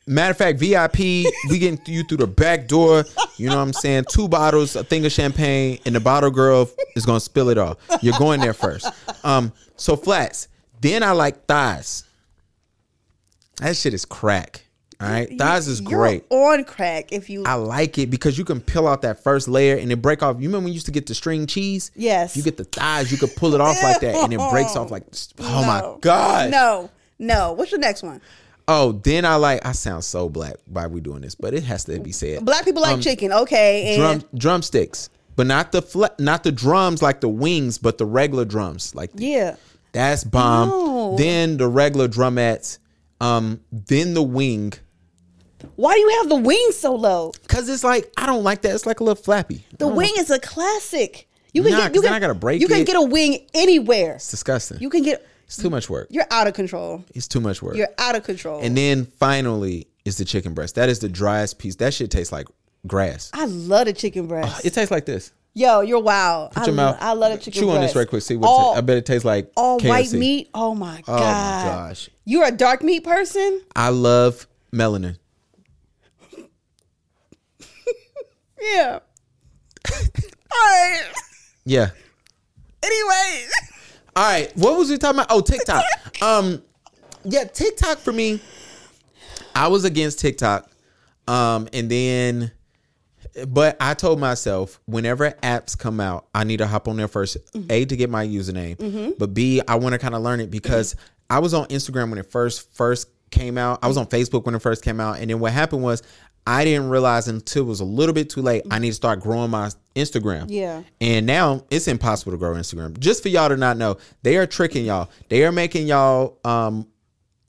[SPEAKER 2] matter of fact, VIP, we getting you through the back door. You know what I'm saying? Two bottles, a thing of champagne, and the bottle girl is gonna spill it all. You're going there first. Um, so flats. Then I like thighs. That shit is crack. All right, thighs is
[SPEAKER 1] You're
[SPEAKER 2] great.
[SPEAKER 1] on crack if you.
[SPEAKER 2] I like it because you can peel out that first layer and it break off. You remember when you used to get the string cheese?
[SPEAKER 1] Yes.
[SPEAKER 2] You get the thighs, you could pull it off like that and it breaks off like, oh my
[SPEAKER 1] No.
[SPEAKER 2] God.
[SPEAKER 1] No, no. What's your next one?
[SPEAKER 2] Oh, then I like, I sound so black why we doing this, but it has to be said.
[SPEAKER 1] Black people like chicken, okay? And
[SPEAKER 2] Um, Drum, drumsticks, but not the fla- not the drums like the wings, but the regular drums like the-
[SPEAKER 1] yeah,
[SPEAKER 2] That's bomb.
[SPEAKER 1] No.
[SPEAKER 2] Then the regular drumettes, um, then the wing.
[SPEAKER 1] why do you have the wing so low?
[SPEAKER 2] Cause it's like I don't like that. It's like a little flappy.
[SPEAKER 1] The wing is a classic. You can
[SPEAKER 2] Nah,
[SPEAKER 1] get you
[SPEAKER 2] 'cause then
[SPEAKER 1] can,
[SPEAKER 2] I gotta break
[SPEAKER 1] You can
[SPEAKER 2] it.
[SPEAKER 1] get a wing anywhere.
[SPEAKER 2] It's disgusting.
[SPEAKER 1] You can get
[SPEAKER 2] it's too much work.
[SPEAKER 1] you're out of control.
[SPEAKER 2] It's too much work.
[SPEAKER 1] You're out of control.
[SPEAKER 2] And then finally is the chicken breast. That is the driest piece. That shit tastes like grass.
[SPEAKER 1] I love the chicken breast.
[SPEAKER 2] It tastes like this.
[SPEAKER 1] Yo, you're wild. I,
[SPEAKER 2] Put your
[SPEAKER 1] lo-
[SPEAKER 2] mouth.
[SPEAKER 1] I love the chicken
[SPEAKER 2] Chew
[SPEAKER 1] breast.
[SPEAKER 2] on this right quick. See what it
[SPEAKER 1] all,
[SPEAKER 2] ta- I bet it tastes like
[SPEAKER 1] all white
[SPEAKER 2] KFC.
[SPEAKER 1] meat. Oh my god.
[SPEAKER 2] my gosh.
[SPEAKER 1] You're a dark meat person?
[SPEAKER 2] I love melanin.
[SPEAKER 1] Yeah. all right.
[SPEAKER 2] Yeah.
[SPEAKER 1] Anyways.
[SPEAKER 2] All right. What was we talking about? Oh, TikTok. um, yeah, TikTok for me. I was against TikTok, um, and then, but I told myself whenever apps come out, I need to hop on there 1st A to get my username, but B I want to kind of learn it because I was on Instagram when it first first came out. I was on Facebook when it first came out, and then what happened was I didn't realize until it was a little bit too late. I need to start growing my Instagram.
[SPEAKER 1] Yeah.
[SPEAKER 2] And now it's impossible to grow Instagram. Just for y'all to not know, they are tricking y'all. They are making y'all um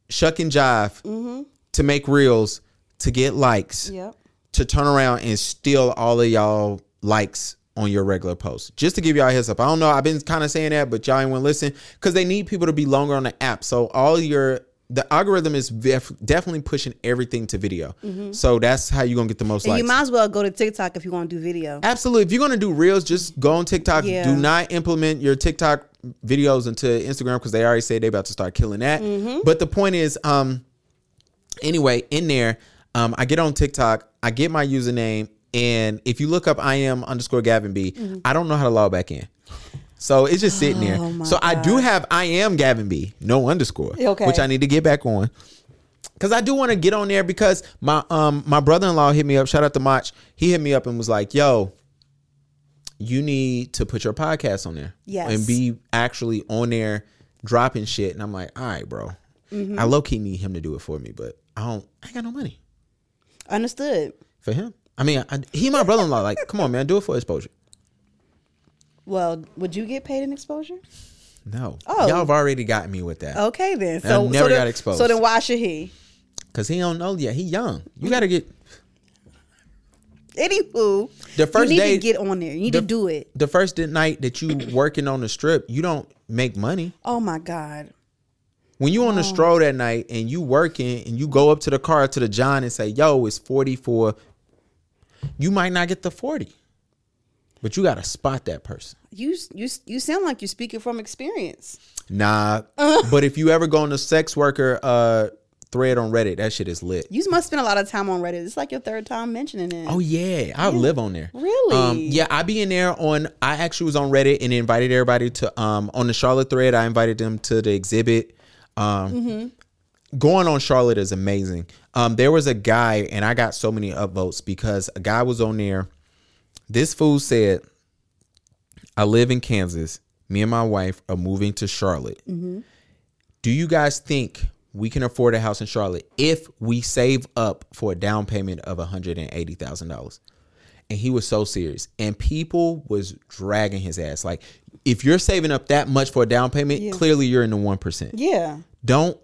[SPEAKER 2] shuck and jive to make reels to get likes
[SPEAKER 1] Yep.
[SPEAKER 2] to turn around and steal all of y'all likes on your regular posts. Just to give y'all a heads up. I don't know. I've been kind of saying that, but y'all ain't want to listen because they need people to be longer on the app. So all your the algorithm is def- definitely pushing everything to video. So that's how you're gonna get the most likes.
[SPEAKER 1] You might as well go to TikTok if you want to do video.
[SPEAKER 2] Absolutely. If you're gonna do reels, just go on TikTok.
[SPEAKER 1] Yeah.
[SPEAKER 2] Do not implement your TikTok videos into Instagram because they already say they about to start killing that.
[SPEAKER 1] Mm-hmm.
[SPEAKER 2] But the point is, um, anyway, in there, um, I get on TikTok, I get my username, and if you look up I am underscore Gavin B,
[SPEAKER 1] Mm.
[SPEAKER 2] I don't know how to log back in. So it's just sitting there.
[SPEAKER 1] Oh
[SPEAKER 2] So I do have I am Gavin B, no underscore,
[SPEAKER 1] Okay.
[SPEAKER 2] which I need to get back on. Cause I do want to get on there because my um my brother in law hit me up. Shout out to Mach. He hit me up and was like, "Yo, you need to put your podcast on there,
[SPEAKER 1] Yes.
[SPEAKER 2] and be actually on there dropping shit." And I'm like, "All right, bro.
[SPEAKER 1] Mm-hmm.
[SPEAKER 2] I low key need him to do it for me, but I don't. I ain't got no money
[SPEAKER 1] Understood.
[SPEAKER 2] for him. I mean, I, he my brother in law. Like, come on, man, do it for exposure.
[SPEAKER 1] Well, would you get paid in exposure?
[SPEAKER 2] No,
[SPEAKER 1] Oh.
[SPEAKER 2] y'all have already got me with that
[SPEAKER 1] Okay then.
[SPEAKER 2] And I've
[SPEAKER 1] So
[SPEAKER 2] never
[SPEAKER 1] so then,
[SPEAKER 2] got exposed.
[SPEAKER 1] So then why should he?
[SPEAKER 2] because he don't know yet. He young. You got to get
[SPEAKER 1] Anywho,
[SPEAKER 2] The first
[SPEAKER 1] you need
[SPEAKER 2] day-
[SPEAKER 1] to get on there. You need
[SPEAKER 2] the-
[SPEAKER 1] to do it.
[SPEAKER 2] the first night that you working on the strip. You don't make money.
[SPEAKER 1] Oh my god.
[SPEAKER 2] When you on the stroll that night and you working and you go up to the car to the John and say, "Yo, it's 44." You might not get the 40. But you got to spot that person.
[SPEAKER 1] You you you sound like you're speaking from experience.
[SPEAKER 2] Nah. but if you ever go on the sex worker uh thread on Reddit, that shit is lit.
[SPEAKER 1] You must spend a lot of time on Reddit. It's like your third time mentioning it.
[SPEAKER 2] Oh yeah, I live on there.
[SPEAKER 1] Really?
[SPEAKER 2] Um, yeah, I be in there on. I actually was on Reddit and invited everybody to um on the Charlotte thread. I invited them to the exhibit. Um, going on Charlotte is amazing. Um, there was a guy and I got so many upvotes because a guy was on there. This fool said, "I live in Kansas. Me and my wife are moving to Charlotte. Do you guys think?" We can afford a house in Charlotte if we save up for a down payment of one hundred and eighty thousand dollars and he was so serious and people was dragging his ass like if you're saving up that much for a down payment clearly you're in the 1%
[SPEAKER 1] Yeah.
[SPEAKER 2] don't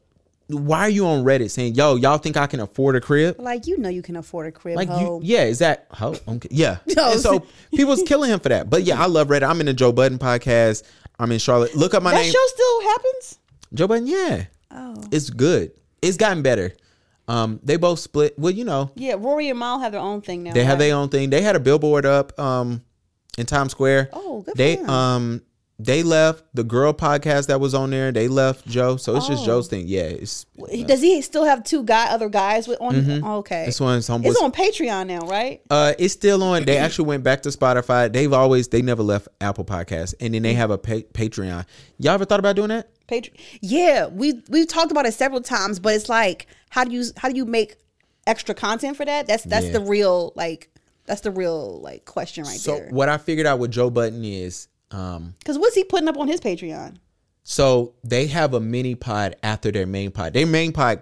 [SPEAKER 2] why are you on reddit saying yo y'all think i can afford a crib
[SPEAKER 1] Like you know you can afford a crib.
[SPEAKER 2] like you
[SPEAKER 1] hoe.
[SPEAKER 2] yeah is that oh, okay yeah
[SPEAKER 1] No,
[SPEAKER 2] and so people's killing him for that but yeah i love reddit i'm in the joe budden podcast i'm in charlotte look up my
[SPEAKER 1] That
[SPEAKER 2] name
[SPEAKER 1] show still happens?
[SPEAKER 2] joe budden yeah oh it's good it's gotten better um they both split well you know
[SPEAKER 1] Yeah, Rory and Mal have their own thing now.
[SPEAKER 2] They have
[SPEAKER 1] right?
[SPEAKER 2] their own thing. They had a billboard up um in Times Square.
[SPEAKER 1] Oh, good for
[SPEAKER 2] They
[SPEAKER 1] them.
[SPEAKER 2] um they left the girl podcast that was on there. They left Joe. So it's just
[SPEAKER 1] Oh.
[SPEAKER 2] Joe's thing. Yeah, it's
[SPEAKER 1] He- Does he still have two guy other guys with on? oh, Okay,
[SPEAKER 2] Mm-hmm. this one's homeless.
[SPEAKER 1] It's on Patreon now, right?
[SPEAKER 2] Uh, it's still on. They actually went back to Spotify. They've always they never left Apple Podcasts, and then they have a pa- Patreon. Y'all ever thought about doing that?
[SPEAKER 1] Patreon. Yeah, we we've talked about it several times, but it's like how do you how do you make extra content for that? That's that's
[SPEAKER 2] Yeah.
[SPEAKER 1] the real like that's the real like question right
[SPEAKER 2] So
[SPEAKER 1] there.
[SPEAKER 2] what I figured out with Joe Button is, um,
[SPEAKER 1] Because what's he putting up on his Patreon?
[SPEAKER 2] so they have a mini pod after their main pod. Their main pod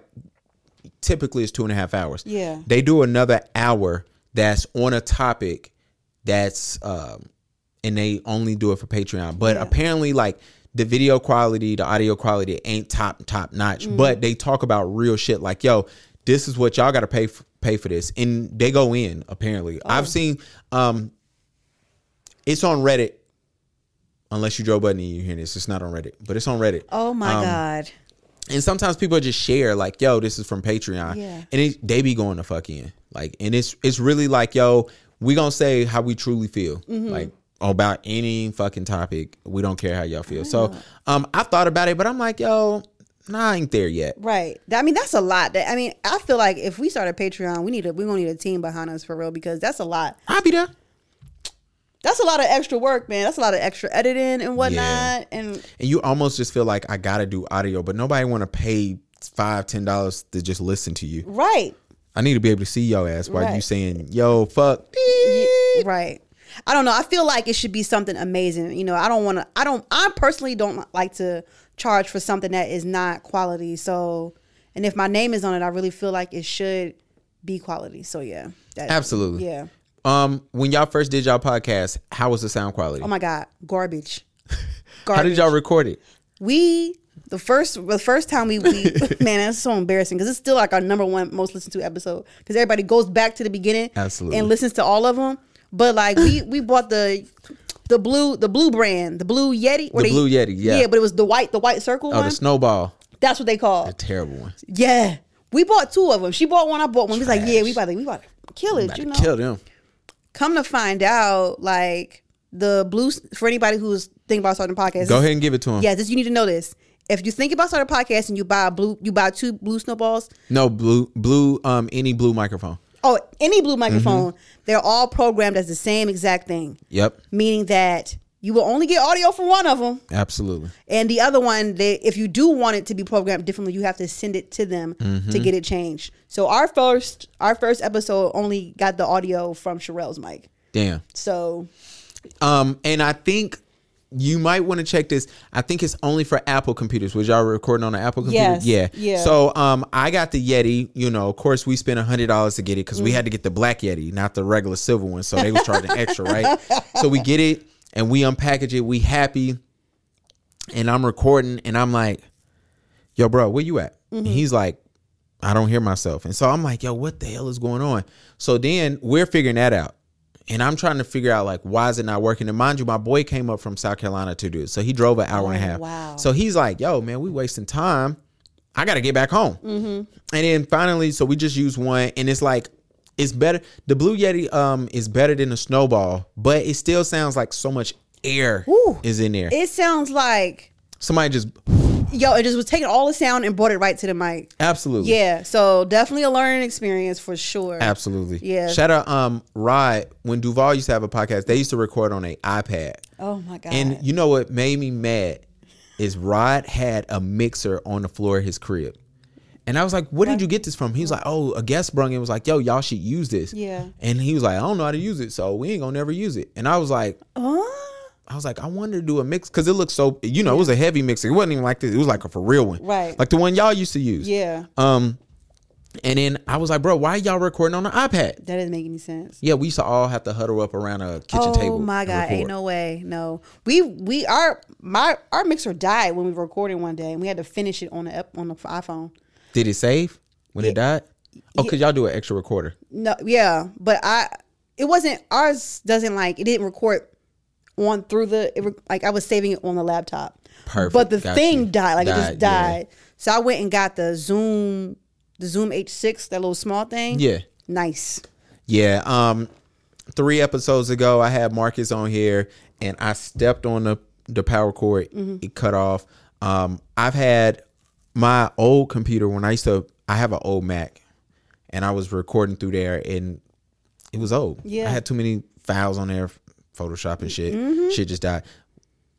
[SPEAKER 2] typically is two and a half hours.
[SPEAKER 1] Yeah.
[SPEAKER 2] They do another hour that's on a topic that's um and they only do it for Patreon. But apparently like the video quality, the audio quality ain't top top notch.
[SPEAKER 1] Mm.
[SPEAKER 2] But they talk about real shit like, yo, this is what y'all gotta pay for pay for this. And
[SPEAKER 1] Oh.
[SPEAKER 2] they go in, apparently. I've seen um it's on Reddit unless you Joe Budden and you hear this. It's not on Reddit, but it's on Reddit.
[SPEAKER 1] Oh my
[SPEAKER 2] Um,
[SPEAKER 1] god.
[SPEAKER 2] And sometimes people just share like, "Yo, this is from Patreon,"
[SPEAKER 1] Yeah.
[SPEAKER 2] and it, they be going to fuck in. Like, and it's it's really like, "Yo, we gonna say how we truly feel,
[SPEAKER 1] Mm-hmm.
[SPEAKER 2] like about any fucking topic. We don't care how y'all feel." So, um, I thought about it, but I'm like, "Yo, nah, I ain't there yet."
[SPEAKER 1] Right. That- I mean, that's a lot. That I mean, I feel like if we start a Patreon, we need a we're gonna need a team behind us for real because that's a lot.
[SPEAKER 2] I'll be there.
[SPEAKER 1] That's a lot of extra work, man. That's a lot of extra editing and whatnot.
[SPEAKER 2] Yeah.
[SPEAKER 1] And
[SPEAKER 2] and you almost just feel like I gotta do audio, but nobody want to pay five, ten dollars to just listen to you.
[SPEAKER 1] right,
[SPEAKER 2] I need to be able to see your ass while you
[SPEAKER 1] Right.
[SPEAKER 2] saying, "Yo, fuck."
[SPEAKER 1] right. I don't know. I feel like it should be something amazing. You know, I don't want to. I don't. I personally don't like to charge for something that is not quality. So, and if my name is on it, I really feel like it should be quality. So yeah, that,
[SPEAKER 2] Absolutely.
[SPEAKER 1] Yeah.
[SPEAKER 2] Um, when y'all first did y'all podcast, how was the sound quality?
[SPEAKER 1] Oh my god, garbage.
[SPEAKER 2] how did y'all record it?
[SPEAKER 1] we the first the first time we, we man that's so embarrassing because it's still like our number one most listened to episode because everybody goes back to the beginning
[SPEAKER 2] Absolutely.
[SPEAKER 1] and listens to all of them but like we we bought the the blue the blue brand the blue yeti or
[SPEAKER 2] The Blue Yeti, yeah.
[SPEAKER 1] yeah but it was the white the white circle
[SPEAKER 2] Oh,
[SPEAKER 1] one.
[SPEAKER 2] the snowball,
[SPEAKER 1] that's what they
[SPEAKER 2] a
[SPEAKER 1] call
[SPEAKER 2] terrible one.
[SPEAKER 1] yeah we bought two of them she bought one I bought one we was like
[SPEAKER 2] Trash.
[SPEAKER 1] yeah we about to we about to kill it
[SPEAKER 2] About
[SPEAKER 1] you
[SPEAKER 2] to
[SPEAKER 1] know
[SPEAKER 2] kill them.
[SPEAKER 1] come to find out like the blue for anybody who's thinking about starting a podcast
[SPEAKER 2] Go
[SPEAKER 1] it's-
[SPEAKER 2] ahead and give it to them.
[SPEAKER 1] yeah, this you need to know this. If you think about starting a podcast and you buy a blue, you buy two blue snowballs.
[SPEAKER 2] No blue, blue, um, any blue microphone.
[SPEAKER 1] Oh, any blue microphone, they're all programmed as the same exact thing,
[SPEAKER 2] Yep,
[SPEAKER 1] meaning that you will only get audio from one of them,
[SPEAKER 2] absolutely.
[SPEAKER 1] and the other one, they, if you do want it to be programmed differently, you have to send it to them to get it changed. So our first, our first episode only got the audio from Sherelle's mic.
[SPEAKER 2] Damn.
[SPEAKER 1] So
[SPEAKER 2] Um, and I think you might want to check this. I think it's only for Apple computers. Was y'all recording on an Apple computer?
[SPEAKER 1] Yes.
[SPEAKER 2] Yeah.
[SPEAKER 1] Yeah.
[SPEAKER 2] So um, I got the Yeti. You know, of course, we spent hundred dollars to get it because
[SPEAKER 1] Mm.
[SPEAKER 2] we had to get the black Yeti, not the regular silver one. So they was charging extra, right? So we get it and we unpackage it. We happy, and I'm recording, and I'm like, "Yo, bro, where you at?" And
[SPEAKER 1] Mm-hmm.
[SPEAKER 2] he's like. I don't hear myself. And so I'm like, yo, what the hell is going on? So then we're figuring that out. And I'm trying to figure out like why is it not working? And mind you, my boy came up from South Carolina to do it. So he drove an hour and a half.
[SPEAKER 1] Oh, wow.
[SPEAKER 2] So he's like, yo, man, we wasting time. I gotta get back home.
[SPEAKER 1] Mm-hmm.
[SPEAKER 2] And then finally, so we just use one and it's like it's better. The Blue Yeti um is better than the snowball, but it still sounds like so much air
[SPEAKER 1] Ooh.
[SPEAKER 2] is in there.
[SPEAKER 1] it sounds like
[SPEAKER 2] Somebody just
[SPEAKER 1] yo, it just was taking all the sound and brought it right to the mic.
[SPEAKER 2] absolutely.
[SPEAKER 1] Yeah, so definitely a learning experience for sure.
[SPEAKER 2] Absolutely.
[SPEAKER 1] Yeah.
[SPEAKER 2] Shout out um Rod when Duval used to have a podcast, they used to record on a iPad.
[SPEAKER 1] Oh my god.
[SPEAKER 2] And you know what made me mad is Rod had a mixer on the floor of his crib. And I was like, where did you get this from? He was like, oh, a guest brung it and was like, yo, y'all should use this.
[SPEAKER 1] Yeah.
[SPEAKER 2] And he was like, I don't know how to use it, so we ain't gonna never use it. And I was like,
[SPEAKER 1] Huh?
[SPEAKER 2] I was like, I wanted to do a mix because it looked so, you know, it was a heavy mixer. It wasn't even like this. It was like a for real one,
[SPEAKER 1] Right.
[SPEAKER 2] Like the one y'all used to use.
[SPEAKER 1] Yeah.
[SPEAKER 2] Um, and then I was like, bro, why y'all recording on an iPad?
[SPEAKER 1] that doesn't make any sense.
[SPEAKER 2] Yeah, we used to all have to huddle up around a kitchen
[SPEAKER 1] oh
[SPEAKER 2] table.
[SPEAKER 1] my
[SPEAKER 2] and
[SPEAKER 1] god, ain't
[SPEAKER 2] record.
[SPEAKER 1] no way. No. We we our my our mixer died when we were recording one day and we had to finish it on the ep- on the iPhone.
[SPEAKER 2] Did it save when it died? Oh, cause y'all do an extra recorder.
[SPEAKER 1] No, yeah, but I it wasn't ours doesn't like it didn't record on through the it, re- like I was saving it on the laptop.
[SPEAKER 2] Perfect,
[SPEAKER 1] But the
[SPEAKER 2] got
[SPEAKER 1] thing
[SPEAKER 2] you.
[SPEAKER 1] died like it
[SPEAKER 2] Died,
[SPEAKER 1] just
[SPEAKER 2] yeah.
[SPEAKER 1] died. So I went and got the Zoom the Zoom H6 that little small thing.
[SPEAKER 2] Yeah.
[SPEAKER 1] Nice.
[SPEAKER 2] Yeah. Um, three episodes ago, I had Marcus on here, and I stepped on the the power cord.
[SPEAKER 1] Mm-hmm.
[SPEAKER 2] It cut off. Um, I've had my old computer when I used to. I have an old Mac, and I was recording through there, and it was old.
[SPEAKER 1] Yeah. Mm-hmm.
[SPEAKER 2] I had too many files on there, Photoshop and shit. Shit just died.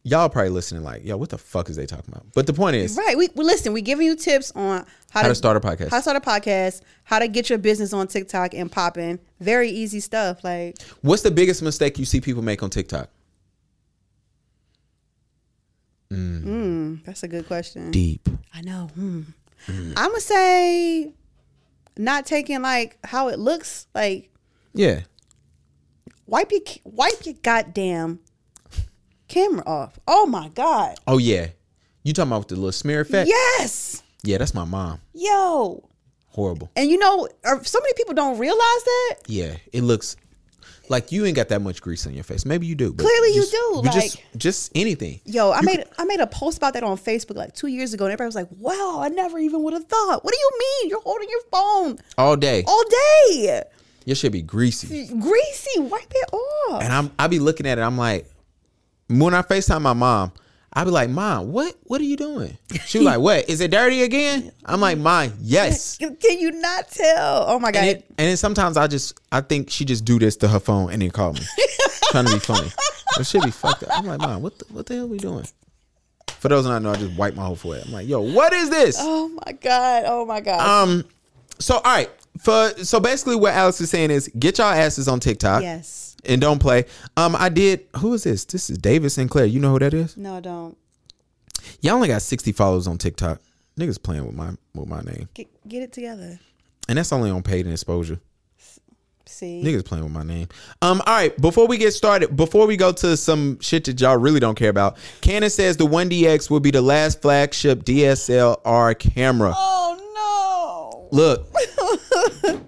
[SPEAKER 2] Y'all probably listening like, yo, what the fuck is they talking about? But the point is,
[SPEAKER 1] Right. We, we listen. We giving you tips on how,
[SPEAKER 2] How to start a podcast.
[SPEAKER 1] how to start a podcast, how to get your business on TikTok and popping. Very easy stuff. Like
[SPEAKER 2] What's the biggest mistake you see people make on TikTok?
[SPEAKER 1] mm, that's a good question.
[SPEAKER 2] Deep.
[SPEAKER 1] I know. Hmm.
[SPEAKER 2] Mm.
[SPEAKER 1] I'm gonna say not taking like how it looks. Like
[SPEAKER 2] Yeah.
[SPEAKER 1] wipe your ca- wipe your goddamn camera off. Oh my god.
[SPEAKER 2] Oh yeah. You talking about with the little smear effect?
[SPEAKER 1] Yes.
[SPEAKER 2] Yeah, that's my mom.
[SPEAKER 1] Yo.
[SPEAKER 2] Horrible.
[SPEAKER 1] And you know, uh, so many people don't realize that.
[SPEAKER 2] Yeah, it looks. Like you ain't got that much grease on your face. Maybe you do. but
[SPEAKER 1] Clearly you
[SPEAKER 2] just-
[SPEAKER 1] do,
[SPEAKER 2] just
[SPEAKER 1] like-
[SPEAKER 2] just anything.
[SPEAKER 1] Yo, I made I made a post about that on Facebook like two years ago, and everybody was like, "Wow, I never even would have thought." What do you mean? You're holding your phone
[SPEAKER 2] all day.
[SPEAKER 1] all day,
[SPEAKER 2] Your shit be greasy.
[SPEAKER 1] greasy. Wipe it off.
[SPEAKER 2] And I'm I be looking at it. I'm like, when I Facetime my mom, I be like, Mom, what what are you doing? She was like, What is it dirty again? I'm like, Ma, yes.
[SPEAKER 1] Can, can you not tell? Oh my god!
[SPEAKER 2] And, it, and then sometimes I just I think she just do this to her phone and then call me, trying to be funny. But shit be fucked up. I'm like, Mom, what the, what the hell we doing? For those not know, I just wipe my whole forehead. I'm like, Yo, what is this?
[SPEAKER 1] oh my god! Oh my god!
[SPEAKER 2] Um, so all right, for so basically what Alex is saying is get y'all asses on TikTok.
[SPEAKER 1] yes.
[SPEAKER 2] and don't play. Um, I did. Who is this? This is David Sinclair. You know who that is?
[SPEAKER 1] No, don't
[SPEAKER 2] Y'all only got sixty followers on TikTok. Niggas playing with my with my name,
[SPEAKER 1] get get it together.
[SPEAKER 2] and that's only on paid and exposure.
[SPEAKER 1] See,
[SPEAKER 2] Niggas playing with my name. Um, all right. Before we get started, before we go to some shit that y'all really don't care about, Canon says the One DX will be the last flagship DSLR camera.
[SPEAKER 1] Oh
[SPEAKER 2] Look.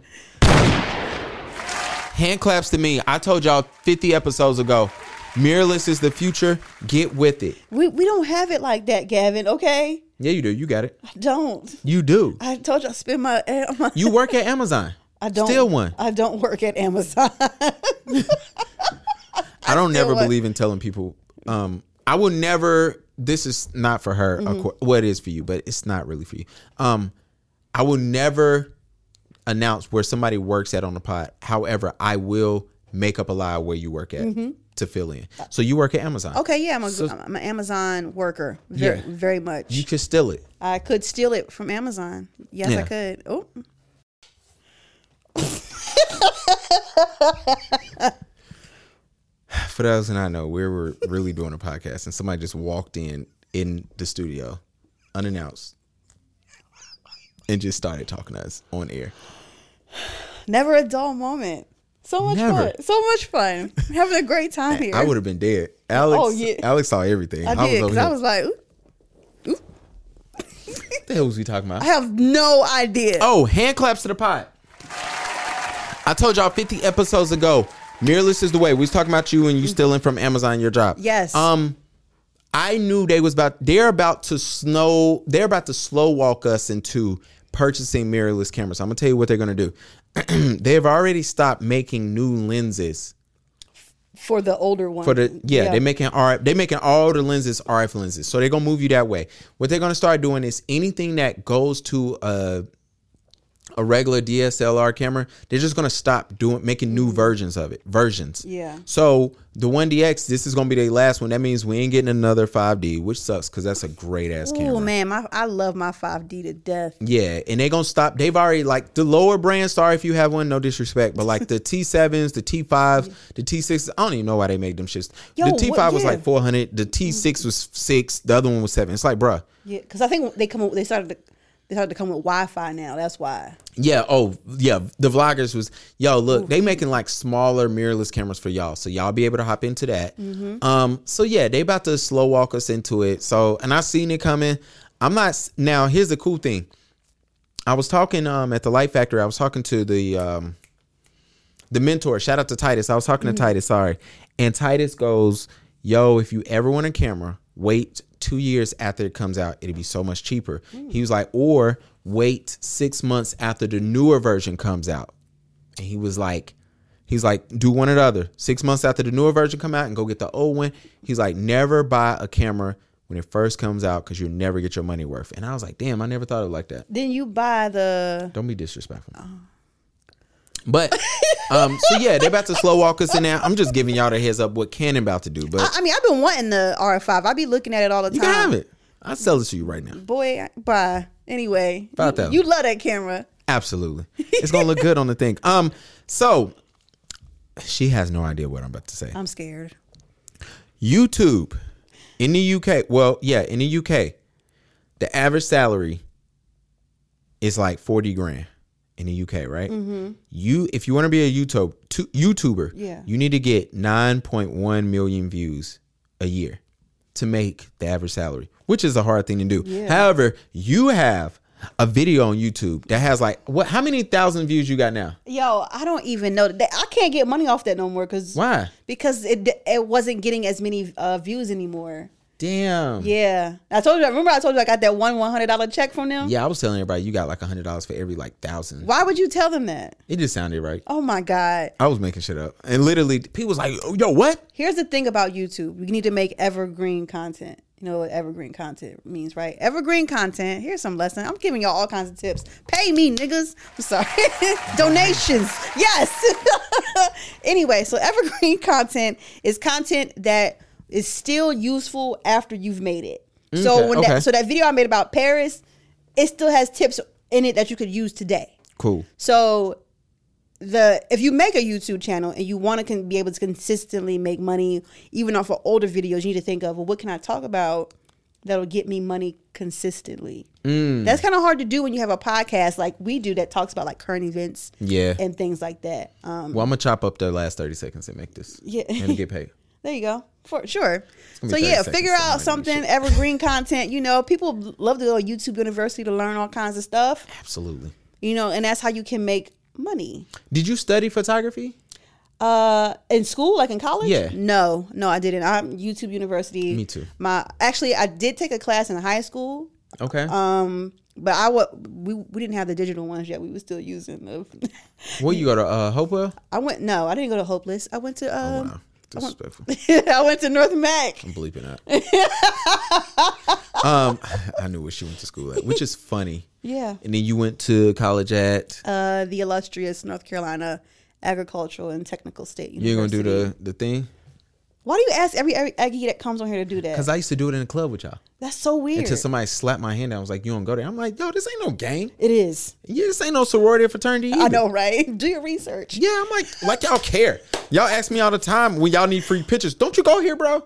[SPEAKER 2] Hand claps to me. I told y'all 50 episodes ago. Mirrorless is the future. Get with it.
[SPEAKER 1] no, we we don't have it like that, Gavin. Okay,
[SPEAKER 2] Yeah, you do. You got it.
[SPEAKER 1] I don't.
[SPEAKER 2] You do.
[SPEAKER 1] I told you I spend my, eh, my
[SPEAKER 2] You work at Amazon.
[SPEAKER 1] I don't
[SPEAKER 2] Still one.
[SPEAKER 1] I don't work at Amazon.
[SPEAKER 2] I don't never
[SPEAKER 1] one.
[SPEAKER 2] believe in telling people. Um, I will never. This is not for her. Of course, well, it is for you, but it's not really for you. Um, I will never announce where somebody works at on the pod. However, I will make up a lie where you work at to fill in. So you work at Amazon.
[SPEAKER 1] okay, yeah, I'm, a, I'm an Amazon worker. Very,
[SPEAKER 2] Yeah.
[SPEAKER 1] very much.
[SPEAKER 2] You can steal it.
[SPEAKER 1] I could steal it from Amazon. Yes, I
[SPEAKER 2] Yeah.
[SPEAKER 1] could. Oh,
[SPEAKER 2] For those that I know, we were really doing a podcast, and somebody just walked in in the studio, unannounced, and just started talking to us on air.
[SPEAKER 1] never a dull moment. So much
[SPEAKER 2] Never.
[SPEAKER 1] fun. So much fun. Having a great time here.
[SPEAKER 2] I would have been dead. Alex,
[SPEAKER 1] Oh, yeah.
[SPEAKER 2] Alex saw everything.
[SPEAKER 1] I did
[SPEAKER 2] was
[SPEAKER 1] because
[SPEAKER 2] over
[SPEAKER 1] I
[SPEAKER 2] here.
[SPEAKER 1] was like, "Ooh,
[SPEAKER 2] what the hell was we talking about?
[SPEAKER 1] I have no idea.
[SPEAKER 2] Oh, hand claps to the pot. I told y'all 50 episodes ago, Mirrorless is the way. We was talking about you and you stealing from Amazon your job.
[SPEAKER 1] Mm-hmm. Yes.
[SPEAKER 2] Um, I knew they was about they're about to snow they're about to slow walk us into purchasing mirrorless cameras. I'm gonna tell you what they're gonna do. They've already stopped making new lenses
[SPEAKER 1] for the older one.
[SPEAKER 2] for the yeah,
[SPEAKER 1] Yeah.
[SPEAKER 2] they making RF they making all the lenses RF lenses. So they're gonna move you that way. What they're gonna start doing is anything that goes to a a regular DSLR camera, they're just gonna stop doing making new versions of it. Versions.
[SPEAKER 1] Yeah.
[SPEAKER 2] So the one DX, this is gonna be their last one. That means we ain't getting another 5D, which sucks because that's a great ass camera.
[SPEAKER 1] Oh man, my I love my 5D to death.
[SPEAKER 2] Yeah, and they're gonna stop. They've already like the lower brand. Sorry if you have one, no disrespect, but like the T sevens, the T fives, the T sixes. I don't even know why they make them shits.
[SPEAKER 1] Yo,
[SPEAKER 2] the
[SPEAKER 1] what-
[SPEAKER 2] T five was
[SPEAKER 1] yeah. Mm-hmm.
[SPEAKER 2] like four hundred. The T six was six. The other one was seven. It's like, bruh.
[SPEAKER 1] Yeah, because I think they come up- they started to, they started to come with Wi-Fi now. That's why.
[SPEAKER 2] Yeah. Oh, yeah. The vloggers was yo. Look, they making like smaller mirrorless cameras for y'all, so y'all be able to hop into that.
[SPEAKER 1] Mm-hmm.
[SPEAKER 2] Um. So yeah, they about to slow walk us into it. So, and I seen it coming. I'm not s- now. Here's the cool thing. I was talking um at the Light Factory. I was talking to the um the mentor. Shout out to Titus. I was talking to Titus. Sorry, and Titus goes, "Yo, if you ever want a camera, wait two years after it comes out. It'll be so much cheaper." He was like, "Or wait six months after the newer version comes out." And he was like, "He's like, do one or the other. Six months after the newer version come out, and go get the old one." He's like, "Never buy a camera." When it first comes out, because you'll never get your money worth. And I was like, damn, I never thought of it like that.
[SPEAKER 1] Then you buy the
[SPEAKER 2] Don't be disrespectful. But um, so yeah, they're about to slow walk us in there. I'm just giving y'all the heads up what Canon about to do, but
[SPEAKER 1] I, I mean, I've been wanting the RF5. I be looking at it all the
[SPEAKER 2] you
[SPEAKER 1] time.
[SPEAKER 2] can have it. I sell it to you right now.
[SPEAKER 1] Boy, I- bye. Anyway,
[SPEAKER 2] About
[SPEAKER 1] you,
[SPEAKER 2] that.
[SPEAKER 1] you love that camera.
[SPEAKER 2] Absolutely, it's gonna look good on the thing. Um, so she has no idea what I'm about to say.
[SPEAKER 1] I'm scared.
[SPEAKER 2] YouTube in the UK. Well, yeah, in the UK, the average salary is like forty grand in the UK, right? You, if you want to be a YouTube tu- YouTuber,
[SPEAKER 1] Mm-hmm. Yeah.
[SPEAKER 2] you need to get nine point one million views a year to make the average salary, which is a hard thing to do. However, you have a video on YouTube that has like what? How many thousand views you got now?
[SPEAKER 1] Yo, I don't even know that. I can't get money off that no more because
[SPEAKER 2] Why?
[SPEAKER 1] Because it it wasn't getting as many uh, views anymore.
[SPEAKER 2] Damn.
[SPEAKER 1] Yeah, I told you. Remember, I told you I got that one one hundred dollar check from them.
[SPEAKER 2] Yeah, I was telling everybody you got like a hundred dollars for every like thousand.
[SPEAKER 1] Why would you tell them that?
[SPEAKER 2] It just sounded right.
[SPEAKER 1] Oh my god.
[SPEAKER 2] I was making shit up, and literally people was like, "Oh, "Yo, what?"
[SPEAKER 1] Here's the thing about YouTube. You need to make evergreen content. You know what evergreen content means, right? Evergreen content. Here's some lesson. I'm giving y'all all kinds of tips. Pay me, niggas. I'm sorry. Donations. Yes. anyway, so evergreen content is content that is still useful after you've made it. so
[SPEAKER 2] Okay,
[SPEAKER 1] when
[SPEAKER 2] okay.
[SPEAKER 1] that so that video I made about Paris, it still has tips in it that you could use today.
[SPEAKER 2] Cool.
[SPEAKER 1] So the if you make a YouTube channel and you want to con- be able to consistently make money even off of older videos, you need to think of well, what can I talk about that'll get me money consistently.
[SPEAKER 2] Mm.
[SPEAKER 1] That's kind of hard to do when you have a podcast like we do that talks about like current events,
[SPEAKER 2] Yeah.
[SPEAKER 1] and things like that. Um,
[SPEAKER 2] Well, I'm gonna chop up the last thirty seconds and make this.
[SPEAKER 1] Yeah.
[SPEAKER 2] and get paid.
[SPEAKER 1] there you go. For sure.
[SPEAKER 2] gonna
[SPEAKER 1] So
[SPEAKER 2] be 30
[SPEAKER 1] yeah,
[SPEAKER 2] seconds
[SPEAKER 1] figure
[SPEAKER 2] to
[SPEAKER 1] out
[SPEAKER 2] learn this
[SPEAKER 1] something
[SPEAKER 2] shit.
[SPEAKER 1] evergreen content. You know, people love to go to YouTube University to learn all kinds of stuff.
[SPEAKER 2] Absolutely.
[SPEAKER 1] You know, and that's how you can make money.
[SPEAKER 2] Did you study photography?
[SPEAKER 1] Uh, in school, like in college?
[SPEAKER 2] Yeah.
[SPEAKER 1] No, no, I didn't. I'm YouTube University.
[SPEAKER 2] Me too.
[SPEAKER 1] My actually, I did take a class in high school,
[SPEAKER 2] Okay.
[SPEAKER 1] Uh, um, but I wa we we didn't have the digital ones yet. We were still using the.
[SPEAKER 2] well, you go to uh, Hopewell.
[SPEAKER 1] I went. No, I didn't go to Hopeless. um, I went to. Um,
[SPEAKER 2] Wow, disrespectful.
[SPEAKER 1] I went to North Mac.
[SPEAKER 2] I'm bleeping out. um, I knew where she went to school at, which is funny.
[SPEAKER 1] Yeah.
[SPEAKER 2] And then you went to college at.
[SPEAKER 1] Uh, the illustrious North Carolina Agricultural and Technical State
[SPEAKER 2] You're gonna
[SPEAKER 1] University.
[SPEAKER 2] do the the thing
[SPEAKER 1] Why do you ask every, every Aggie that comes on here to do that?
[SPEAKER 2] because I used to do it in the club with y'all
[SPEAKER 1] That's so weird.
[SPEAKER 2] until somebody slapped my hand. down. I was like, "You don't go there." I'm like, "Yo, this ain't no gang.
[SPEAKER 1] it is.
[SPEAKER 2] Yeah, this ain't no sorority or fraternity."
[SPEAKER 1] I
[SPEAKER 2] either."
[SPEAKER 1] know, right? Do your research.
[SPEAKER 2] Yeah, I'm like, like y'all care. Y'all ask me all the time when y'all need free pictures. Don't you go here, bro?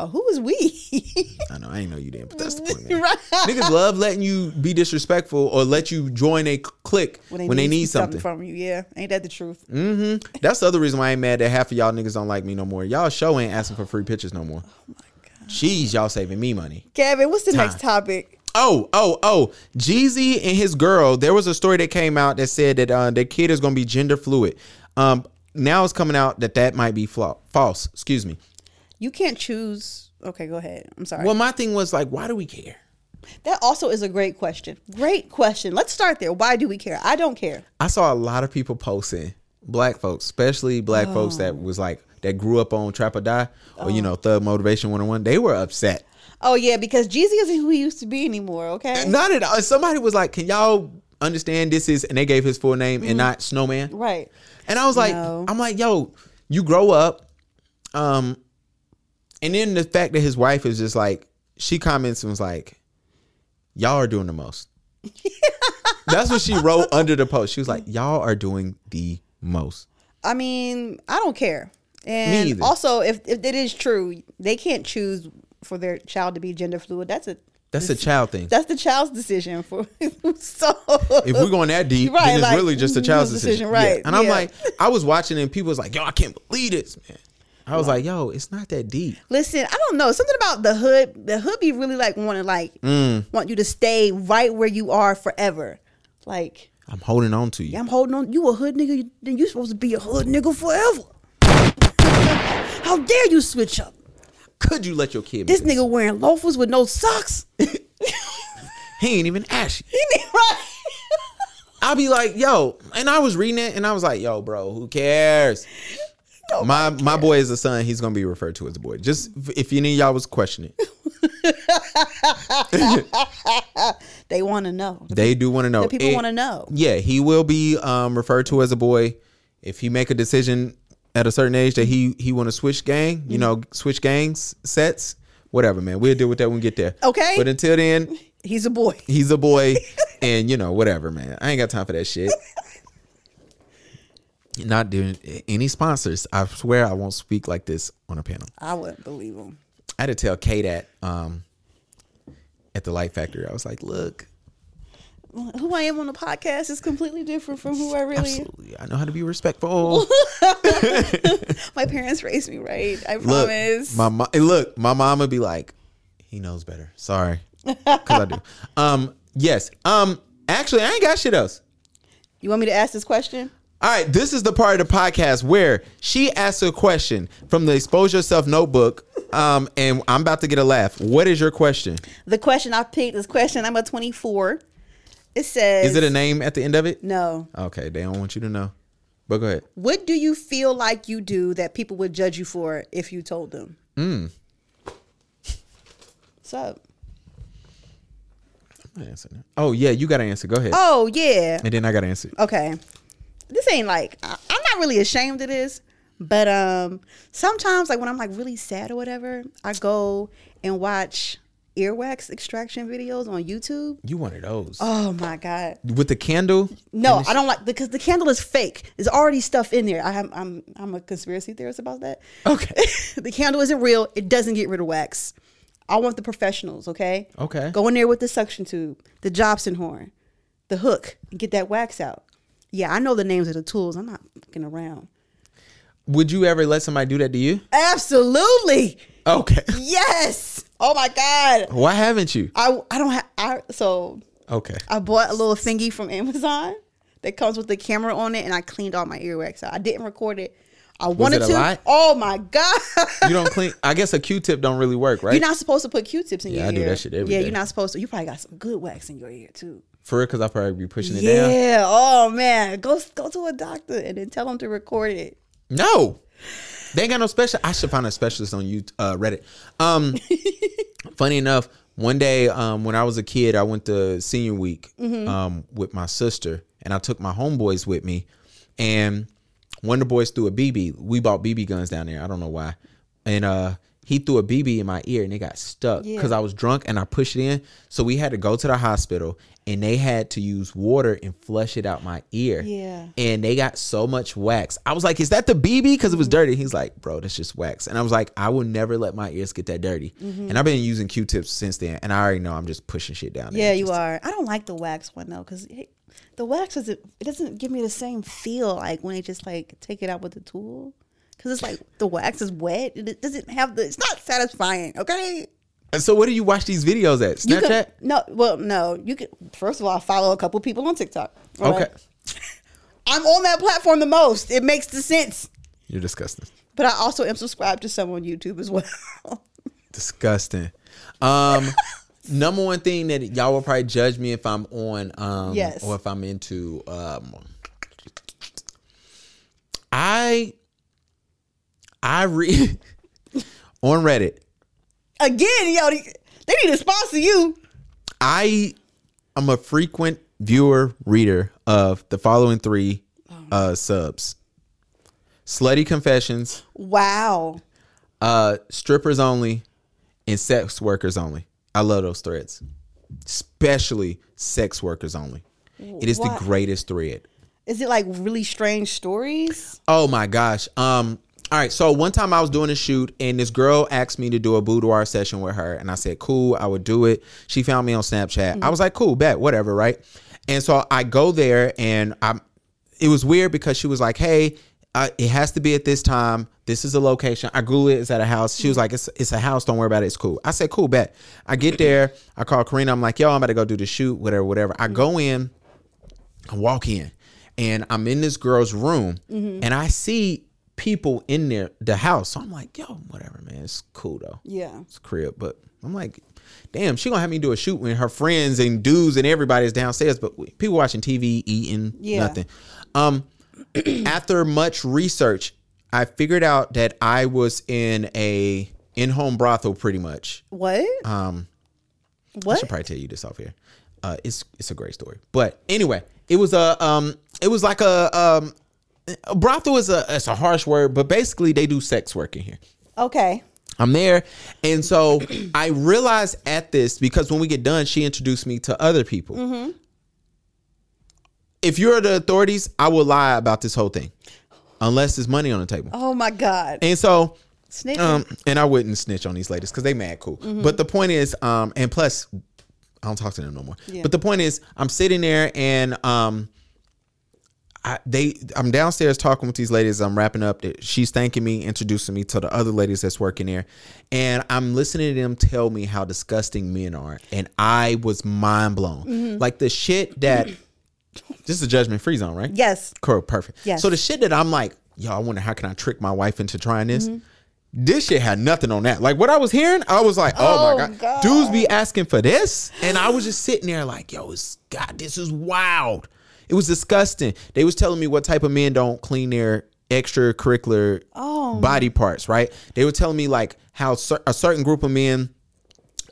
[SPEAKER 1] Oh, who is we?
[SPEAKER 2] I know, I ain't know you didn't, but that's the point, man. Niggas love letting you be disrespectful or let you join a clique when they, need, something.
[SPEAKER 1] from you. Yeah, ain't that the truth?
[SPEAKER 2] That's the other reason why I ain't mad that half of y'all niggas don't like me no more. Y'all show ain't asking for free pictures no more. Jeez, y'all saving me money.
[SPEAKER 1] Kevin, what's the next topic?
[SPEAKER 2] Oh, oh, oh. Jeezy and his girl, there was a story that came out that said that uh, the kid is going to be gender fluid. Um, now it's coming out that that might be flaw- false. Excuse me.
[SPEAKER 1] You can't choose. Okay, go ahead. I'm sorry.
[SPEAKER 2] Well, my thing was like, why do we care?
[SPEAKER 1] that also is a great question. Great question. Let's start there. Why do we care? I don't care.
[SPEAKER 2] I saw a lot of people posting black folks, especially black folks that was like that grew up on Trap or Die or you know Thug Motivation 101. They were upset.
[SPEAKER 1] Oh yeah, because Jeezy isn't who he used to be anymore. Okay,
[SPEAKER 2] Not at all. Somebody was like, "Can y'all understand this is?" And they gave his full name and not Snowman.
[SPEAKER 1] right.
[SPEAKER 2] And I was like,
[SPEAKER 1] No.
[SPEAKER 2] I'm like, yo, you grow up. Um, and then the fact that his wife is just like, she comments and was like, y'all are doing the most. That's what she wrote under the post. She was like, y'all are doing the most.
[SPEAKER 1] I mean, I don't care. And
[SPEAKER 2] either.
[SPEAKER 1] also, if if it is true, they can't choose for their child to be gender fluid. That's a
[SPEAKER 2] That's a child thing.
[SPEAKER 1] that's the child's decision for so
[SPEAKER 2] if we're going that deep,
[SPEAKER 1] Right,
[SPEAKER 2] then it's
[SPEAKER 1] like,
[SPEAKER 2] really just a child's
[SPEAKER 1] decision,
[SPEAKER 2] decision. Yeah.
[SPEAKER 1] right,
[SPEAKER 2] And I'm
[SPEAKER 1] yeah.
[SPEAKER 2] like, I was watching and people was like, yo, I can't believe this, man. I was like, yo, it's not that deep.
[SPEAKER 1] Listen, I don't know. Something about the hood. The hood be really like want to like
[SPEAKER 2] Mm.
[SPEAKER 1] want you to stay right where you are forever. Like
[SPEAKER 2] I'm holding on to you.
[SPEAKER 1] I'm holding on. You a hood nigga? you- Then you supposed to be a hood nigga forever. How dare you switch up?
[SPEAKER 2] Could you let your kid
[SPEAKER 1] This
[SPEAKER 2] make it?
[SPEAKER 1] nigga wearing loafers with no socks.
[SPEAKER 2] He ain't even ashy.
[SPEAKER 1] right?
[SPEAKER 2] I'll be like, yo, and I was reading it and I was like, yo, bro, who cares? my my boy is a son. He's gonna be referred to as a boy. Just f- if any of y'all was questioning,
[SPEAKER 1] They want to know.
[SPEAKER 2] they do want to know.
[SPEAKER 1] The people
[SPEAKER 2] It-
[SPEAKER 1] want to know.
[SPEAKER 2] Yeah, he will be um, referred to as a boy if he make a decision at a certain age that he he want to switch gang.
[SPEAKER 1] Mm-hmm.
[SPEAKER 2] You know, switch gangs sets, whatever, man. We'll deal with that when we get there.
[SPEAKER 1] Okay.
[SPEAKER 2] But until then,
[SPEAKER 1] He's a boy.
[SPEAKER 2] he's a boy, and you know whatever, man. I ain't got time for that shit. Not doing any sponsors. I swear I won't speak like this on a panel.
[SPEAKER 1] I wouldn't believe him.
[SPEAKER 2] I had to tell Kate at um at the Light Factory. I was like, look,
[SPEAKER 1] Who I am on the podcast is completely different from who I really. am.
[SPEAKER 2] absolutely, I know how to be respectful.
[SPEAKER 1] My parents raised me right. I
[SPEAKER 2] look,
[SPEAKER 1] promise.
[SPEAKER 2] my mo- look, my mom would be like, he knows better. Sorry, because I do. Um, Yes. Um. Actually, I ain't got shit else.
[SPEAKER 1] You want me to ask this question?
[SPEAKER 2] All right, this is the part of the podcast where she asks a question from the Expose Yourself notebook, um, and I'm about to get a laugh. What is your question?
[SPEAKER 1] The question I picked is question number 24. It says
[SPEAKER 2] Is it a name at the end of it?
[SPEAKER 1] No.
[SPEAKER 2] Okay, they don't want you to know. But go ahead.
[SPEAKER 1] What do you feel like you do that people would judge you for if you told them? Mm.
[SPEAKER 2] Hmm.
[SPEAKER 1] What's up?
[SPEAKER 2] I'm gonna answer that. Oh yeah, you got to answer. Go ahead,
[SPEAKER 1] Oh, yeah.
[SPEAKER 2] and then I got to answer.
[SPEAKER 1] okay this ain't like I, i'm not really ashamed of this but um sometimes like when i'm like really sad or whatever i go and watch earwax extraction videos on youtube
[SPEAKER 2] You one of those
[SPEAKER 1] oh my god
[SPEAKER 2] with the candle?
[SPEAKER 1] no i don't like because the candle is fake there's already stuff in there i have i'm i'm a conspiracy theorist about that
[SPEAKER 2] Okay.
[SPEAKER 1] the candle isn't real it doesn't get rid of wax i want the professionals okay
[SPEAKER 2] Okay.
[SPEAKER 1] go in there with the suction tube the jobson horn the hook and get that wax out yeah i know the names of the tools i'm not fucking around
[SPEAKER 2] Would you ever let somebody do that to you?
[SPEAKER 1] absolutely
[SPEAKER 2] Okay.
[SPEAKER 1] yes oh my god
[SPEAKER 2] Why haven't you?
[SPEAKER 1] i i don't have i so
[SPEAKER 2] Okay.
[SPEAKER 1] i bought a little thingy from amazon that comes with the camera on it and i cleaned all my earwax out i didn't record it i wanted
[SPEAKER 2] it a
[SPEAKER 1] to
[SPEAKER 2] lot?
[SPEAKER 1] oh my god
[SPEAKER 2] You don't clean. I guess a Q-tip don't really work, right?
[SPEAKER 1] You're not supposed to put Q-tips in
[SPEAKER 2] Yeah,
[SPEAKER 1] your
[SPEAKER 2] I
[SPEAKER 1] ear.
[SPEAKER 2] do that shit every
[SPEAKER 1] yeah,
[SPEAKER 2] day.
[SPEAKER 1] you're not supposed to. You probably got some good wax in your ear too.
[SPEAKER 2] For real, because I probably be pushing it down.
[SPEAKER 1] Yeah. Oh man, go go to a doctor and then tell them to record it.
[SPEAKER 2] No. They ain't got no special. I should find a specialist on you uh, Reddit. Um, funny enough, one day um, when I was a kid, I went to senior week um, with my sister, and I took my homeboys with me. And one of the boys threw a BB. We bought BB guns down there. I don't know why. And uh, he threw a BB in my ear, and it got stuck because I was drunk and I pushed it in. So we had to go to the hospital, and they had to use water and flush it out my ear
[SPEAKER 1] Yeah.
[SPEAKER 2] and they got so much wax. I was like, "Is that the BB?" Because it was dirty. He's like, "Bro, that's just wax." And I was like, "I will never let my ears get that dirty."
[SPEAKER 1] Mm-hmm.
[SPEAKER 2] And I've been using Q-tips since then, and I already know I'm just pushing shit down. there.
[SPEAKER 1] Yeah, you
[SPEAKER 2] Just-
[SPEAKER 1] are. I don't like the wax one though, because the wax doesn't it doesn't give me the same feel like when they just like take it out with the tool, because it's like the wax is wet. and It doesn't have the. It's not satisfying. Okay.
[SPEAKER 2] And So, what do you watch these videos at?
[SPEAKER 1] You could
[SPEAKER 2] Snapchat.
[SPEAKER 1] no. Well, no. You could first of all I follow a couple people on TikTok. all
[SPEAKER 2] okay,
[SPEAKER 1] right? I'm on that platform the most. It makes the sense.
[SPEAKER 2] you're disgusting.
[SPEAKER 1] But I also am subscribed to some on YouTube as well.
[SPEAKER 2] Disgusting. Um, number one thing that y'all will probably judge me if I'm on, um,
[SPEAKER 1] Yes.
[SPEAKER 2] or if I'm into, um, I, I read on Reddit.
[SPEAKER 1] Again, yo, they they need to sponsor you.
[SPEAKER 2] I am a frequent viewer reader of the following three uh, subs: slutty confessions,
[SPEAKER 1] Wow.
[SPEAKER 2] uh, strippers only, and sex workers only. I love those threads, especially sex workers only. It is
[SPEAKER 1] Why-
[SPEAKER 2] the greatest thread.
[SPEAKER 1] Is it like really strange stories?
[SPEAKER 2] Oh my gosh. Um. All right. So one time I was doing a shoot, and this girl asked me to do a boudoir session with her, and I said, "Cool, I would do it." She found me on Snapchat. I was like, "Cool, bet, whatever, right?" And so I go there, and I'm. It was weird because she was like, "Hey, uh, it has to be at this time. This is a location." I Google it. It's at a house. She was like, "It's it's a house. Don't worry about it. It's cool." I said, "Cool, bet." I get there. I call Karina. I'm like, "Yo, I'm about to go do the shoot. Whatever, whatever." I go in. I walk in and I'm in this girl's room
[SPEAKER 1] Mm-hmm.
[SPEAKER 2] and I see people in there the house. So I'm like, yo, whatever, man. It's cool though.
[SPEAKER 1] Yeah.
[SPEAKER 2] It's crib. But I'm like, damn, she gonna have me do a shoot when her friends and dudes and everybody's downstairs, but we- people watching TV, eating,
[SPEAKER 1] Yeah.
[SPEAKER 2] nothing. Um after much research, I figured out that I was in a in-home brothel pretty much.
[SPEAKER 1] What? Um,
[SPEAKER 2] I
[SPEAKER 1] what?
[SPEAKER 2] should probably tell you this off here. Uh, it's it's a great story, but anyway, it was a um, it was like a um, a brothel is a it's a harsh word, but basically they do sex work in here.
[SPEAKER 1] Okay.
[SPEAKER 2] I'm there, and so I realized at this because when we get done, she introduced me to other people.
[SPEAKER 1] Mm-hmm.
[SPEAKER 2] If you're the authorities, I will lie about this whole thing, unless there's money on the table.
[SPEAKER 1] Oh my God.
[SPEAKER 2] And so
[SPEAKER 1] Snitching.
[SPEAKER 2] um, and I wouldn't snitch on these ladies because they mad cool. But the point is, um, and plus, I don't talk to them no more. But the point is, I'm sitting there and um, I, they I'm downstairs talking with these ladies. I'm wrapping up. that She's thanking me, introducing me to the other ladies that's working there, and I'm listening to them tell me how disgusting men are, and I was mind blown. Like the shit that this is a judgment free zone, right?
[SPEAKER 1] Yes.
[SPEAKER 2] Cool, perfect.
[SPEAKER 1] Yes.
[SPEAKER 2] So the shit that I'm like, yo, I wonder how can I trick my wife into trying this.
[SPEAKER 1] Mm-hmm.
[SPEAKER 2] This shit had nothing on that. Like what I was hearing, I was like, oh,
[SPEAKER 1] Oh,
[SPEAKER 2] my god.
[SPEAKER 1] God.
[SPEAKER 2] dudes be asking for this, and I was just sitting there like, yo, it's, God, this is wild. It was disgusting. They was telling me what type of men don't clean their extracurricular
[SPEAKER 1] Oh.
[SPEAKER 2] body parts, right? They were telling me like how cer- a certain group of men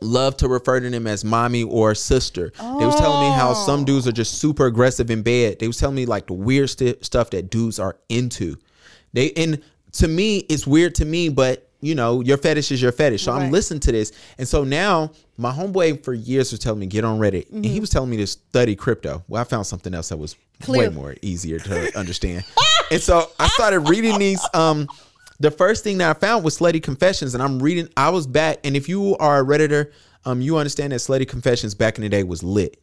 [SPEAKER 2] love to refer to them as mommy or sister. They was telling me how some dudes are just super aggressive in bed. They was telling me like the weird sti- stuff that dudes are into. They and to me it's weird to me, but you know your fetish is your fetish. So I'm
[SPEAKER 1] Right.
[SPEAKER 2] listening to this, and so now my homeboy for years was telling me get on Reddit, and he was telling me to study crypto. Well, I found something else that was way
[SPEAKER 1] Clear.
[SPEAKER 2] more easier to understand, and so I started reading these. Um, the first thing that I found was Slutty Confessions, and I'm reading. I was back, and if you are a redditor, um, you understand that Slutty Confessions back in the day was lit.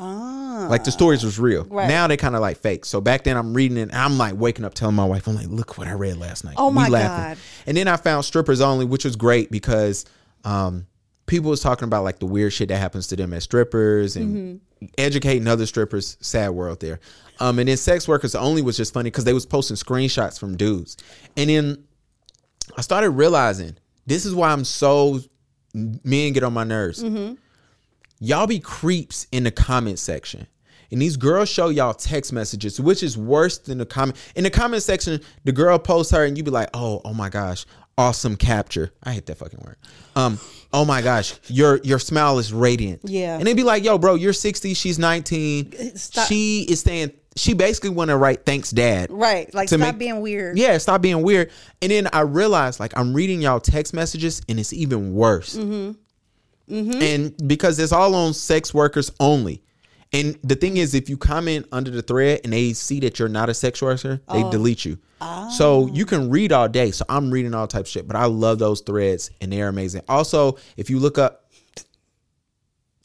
[SPEAKER 2] Like the stories was real.
[SPEAKER 1] Right.
[SPEAKER 2] Now they kind of like fake. So back then I'm reading it and I'm like waking up telling my wife, I'm like, look what I read last night.
[SPEAKER 1] Oh
[SPEAKER 2] We
[SPEAKER 1] my
[SPEAKER 2] laughing.
[SPEAKER 1] God.
[SPEAKER 2] And then I found strippers only, which was great because um, people was talking about like the weird shit that happens to them as strippers and
[SPEAKER 1] Mm-hmm.
[SPEAKER 2] educating other strippers. Sad world there. Um, and then sex workers only was just funny because they was posting screenshots from dudes. And then I started realizing this is why I'm so men get on my nerves. Y'all be creeps in the comment section. And these girls show y'all text messages, which is worse than the comment. In the comment section, the girl posts her and you be like, oh, oh my gosh, awesome capture. I hate that fucking word. Um, oh my gosh, your your smile is radiant.
[SPEAKER 1] Yeah.
[SPEAKER 2] And they be like, yo, bro, you're 60, she's 19.
[SPEAKER 1] Stop.
[SPEAKER 2] She is saying she basically wanna write thanks dad.
[SPEAKER 1] Right. Like
[SPEAKER 2] To
[SPEAKER 1] stop
[SPEAKER 2] make-
[SPEAKER 1] being weird.
[SPEAKER 2] Yeah, stop being weird. And then I realized like I'm reading y'all text messages and it's even worse.
[SPEAKER 1] Mm-hmm.
[SPEAKER 2] And because it's all on sex workers only. And the thing is, if you comment under the thread and they see that you're not a sex worker,
[SPEAKER 1] Oh.
[SPEAKER 2] they delete you. So you can read all day. So I'm reading all types of shit, but I love those threads and they're amazing. Also, if you look up,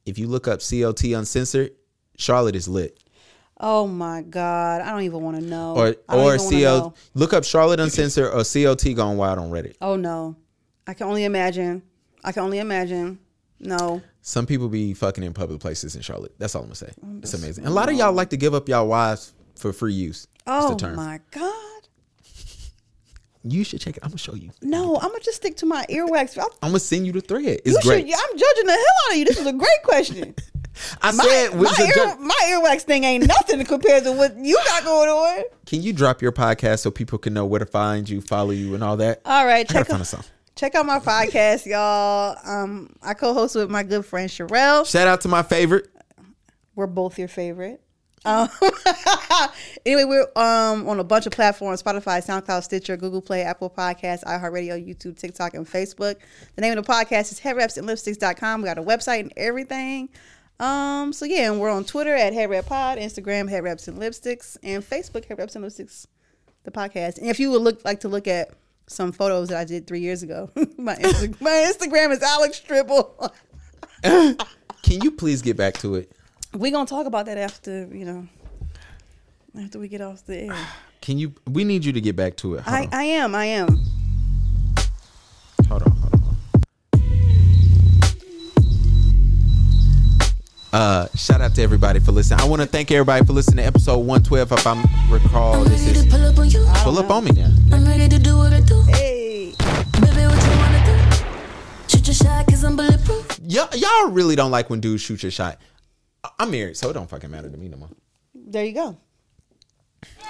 [SPEAKER 2] if you look up CLT Uncensored, Charlotte is lit
[SPEAKER 1] Oh my God. I don't even want to know.
[SPEAKER 2] or
[SPEAKER 1] Oh, I don't
[SPEAKER 2] or
[SPEAKER 1] even wanna
[SPEAKER 2] CL
[SPEAKER 1] know.
[SPEAKER 2] look up Charlotte Uncensored or CLT Gone Wild on Reddit.
[SPEAKER 1] Oh no. I can only imagine. I can only imagine. No.
[SPEAKER 2] Some people be fucking in public places in Charlotte. That's all I'm gonna say.
[SPEAKER 1] Mm,
[SPEAKER 2] It's amazing. And a lot of y'all like to give up y'all wives for free use. That's
[SPEAKER 1] Oh
[SPEAKER 2] the term.
[SPEAKER 1] my God.
[SPEAKER 2] You should check it. I'm gonna show you.
[SPEAKER 1] No, I'm gonna just stick to my earwax. I'm,
[SPEAKER 2] I'm gonna send you the thread. It's
[SPEAKER 1] you
[SPEAKER 2] great.
[SPEAKER 1] should, I'm judging the hell out of you. This is a great question.
[SPEAKER 2] I
[SPEAKER 1] My,
[SPEAKER 2] said, with
[SPEAKER 1] my,
[SPEAKER 2] the
[SPEAKER 1] ear,
[SPEAKER 2] ju-
[SPEAKER 1] my earwax thing ain't nothing compared to what you got going on.
[SPEAKER 2] can you drop your podcast so people can know where to find you, follow you, and all that?
[SPEAKER 1] All right,
[SPEAKER 2] I gotta
[SPEAKER 1] check
[SPEAKER 2] find a
[SPEAKER 1] out,
[SPEAKER 2] song.
[SPEAKER 1] check out my podcast, y'all. Um, I co-host with my good friend Sherelle.
[SPEAKER 2] Shout out to my favorite.
[SPEAKER 1] We're both your favorite. Um, anyway, we're um, on a bunch of platforms Spotify, SoundCloud, Stitcher, Google Play, Apple Podcasts, iHeartRadio, YouTube, TikTok, and Facebook. The name of the podcast is headwrapsandlipsticks.com. We got a website and everything. Um, so yeah, and we're on Twitter at Headwrap Pod, Instagram, Head Wraps and Lipsticks, and Facebook, Head Wraps and Lipsticks, the podcast. And if you would look like to look at some photos that I did three years ago, my, Insta- my Instagram is Alex Triple.
[SPEAKER 2] Can you please get back to it?
[SPEAKER 1] We're gonna talk about that after, you know, after we get off the air.
[SPEAKER 2] Can you? We need you to get back to it. Hold
[SPEAKER 1] I,
[SPEAKER 2] on.
[SPEAKER 1] I am, I am.
[SPEAKER 2] Hold on, hold on. hold on. Uh, shout out to everybody for listening. I want to thank everybody for listening to episode 112. If I recall, this
[SPEAKER 7] ready to
[SPEAKER 2] is
[SPEAKER 7] pull up on you.
[SPEAKER 2] pull up on me now.
[SPEAKER 7] I'm ready to do what I do.
[SPEAKER 1] Hey,
[SPEAKER 7] Baby, what you wanna do? Shoot your shot, cause I'm bulletproof.
[SPEAKER 2] Y'all, y'all really don't like when dudes shoot your shot. I- I'm married, so it don't fucking matter to me no more.
[SPEAKER 1] there you go.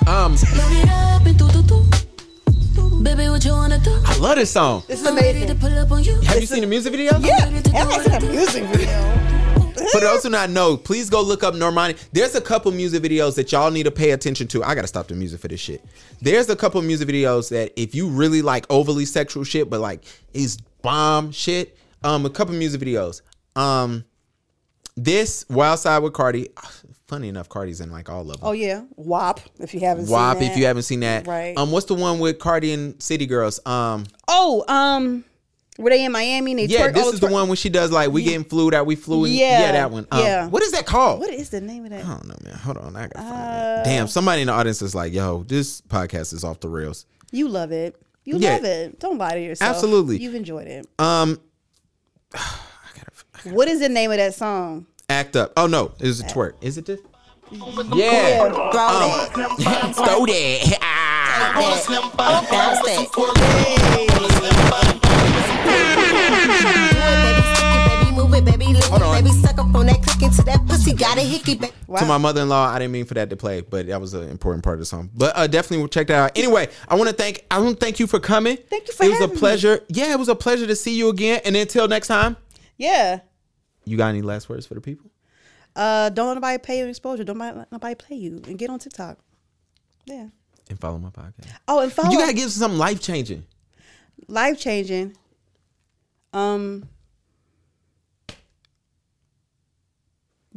[SPEAKER 2] Um,
[SPEAKER 7] Love it up and do, do, do. Baby, what you wanna do?
[SPEAKER 2] I love this song.
[SPEAKER 1] This is
[SPEAKER 7] I'm ready to
[SPEAKER 1] amazing.
[SPEAKER 7] pull up on you.
[SPEAKER 2] Have you seen the music video?
[SPEAKER 1] Yeah, Alex in a music video.
[SPEAKER 2] For those who not know, please go look up Normani. There's a couple music videos that y'all need to pay attention to. I gotta stop the music for this shit. There's a couple music videos that if you really like overly sexual shit, but like is bomb shit. Um, a couple music videos. Um, this Wild Side with Cardi. Funny enough, Cardi's in like all of them.
[SPEAKER 1] Oh yeah, WAP. If you haven't
[SPEAKER 2] WAP,
[SPEAKER 1] seen
[SPEAKER 2] if you haven't seen that.
[SPEAKER 1] Right.
[SPEAKER 2] Um, what's the one with Cardi and City Girls? Um,
[SPEAKER 1] Oh, um, Were they in Miami? And they
[SPEAKER 2] Yeah,
[SPEAKER 1] twerk all
[SPEAKER 2] this is the
[SPEAKER 1] twerk-
[SPEAKER 2] one when she does like we getting flued out, we flew. in- Yeah,
[SPEAKER 1] Yeah,
[SPEAKER 2] that one. Um,
[SPEAKER 1] yeah.
[SPEAKER 2] What is that called?
[SPEAKER 1] What is the name of that?
[SPEAKER 2] I don't know, man. Hold on, I gotta find
[SPEAKER 1] Uh,
[SPEAKER 2] it. Damn, somebody in the audience is like, "Yo, this podcast is off the rails."
[SPEAKER 1] You love it. You
[SPEAKER 2] Yeah.
[SPEAKER 1] love it. Don't bother yourself.
[SPEAKER 2] Absolutely.
[SPEAKER 1] You've enjoyed it.
[SPEAKER 2] Um,
[SPEAKER 1] what is the name of that song?
[SPEAKER 2] act up. Oh no, it was a twerk. Is it this? Yeah, Um,
[SPEAKER 1] Yeah.
[SPEAKER 2] throw that. Ah.
[SPEAKER 5] Bounce it.
[SPEAKER 2] Hold on.
[SPEAKER 1] Wow.
[SPEAKER 2] To my mother-in-law, I didn't mean for that to play, but that was an important part of the song. But uh, definitely check that out. Anyway, I want to thank I want to thank you for coming.
[SPEAKER 1] Thank you for
[SPEAKER 2] It was
[SPEAKER 1] having
[SPEAKER 2] a
[SPEAKER 1] me.
[SPEAKER 2] pleasure. Yeah, it was a pleasure to see you again. And until next time,
[SPEAKER 1] yeah.
[SPEAKER 2] you got any last words for the people?
[SPEAKER 1] Uh, don't let nobody pay you exposure. Don't let nobody play you. And get on TikTok. Yeah.
[SPEAKER 2] And follow my podcast.
[SPEAKER 1] Oh, and follow
[SPEAKER 2] You gotta give something life changing.
[SPEAKER 1] life changing. Um,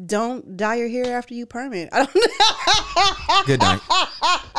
[SPEAKER 1] don't dye your hair after you perm it. I don't know.
[SPEAKER 2] Good night.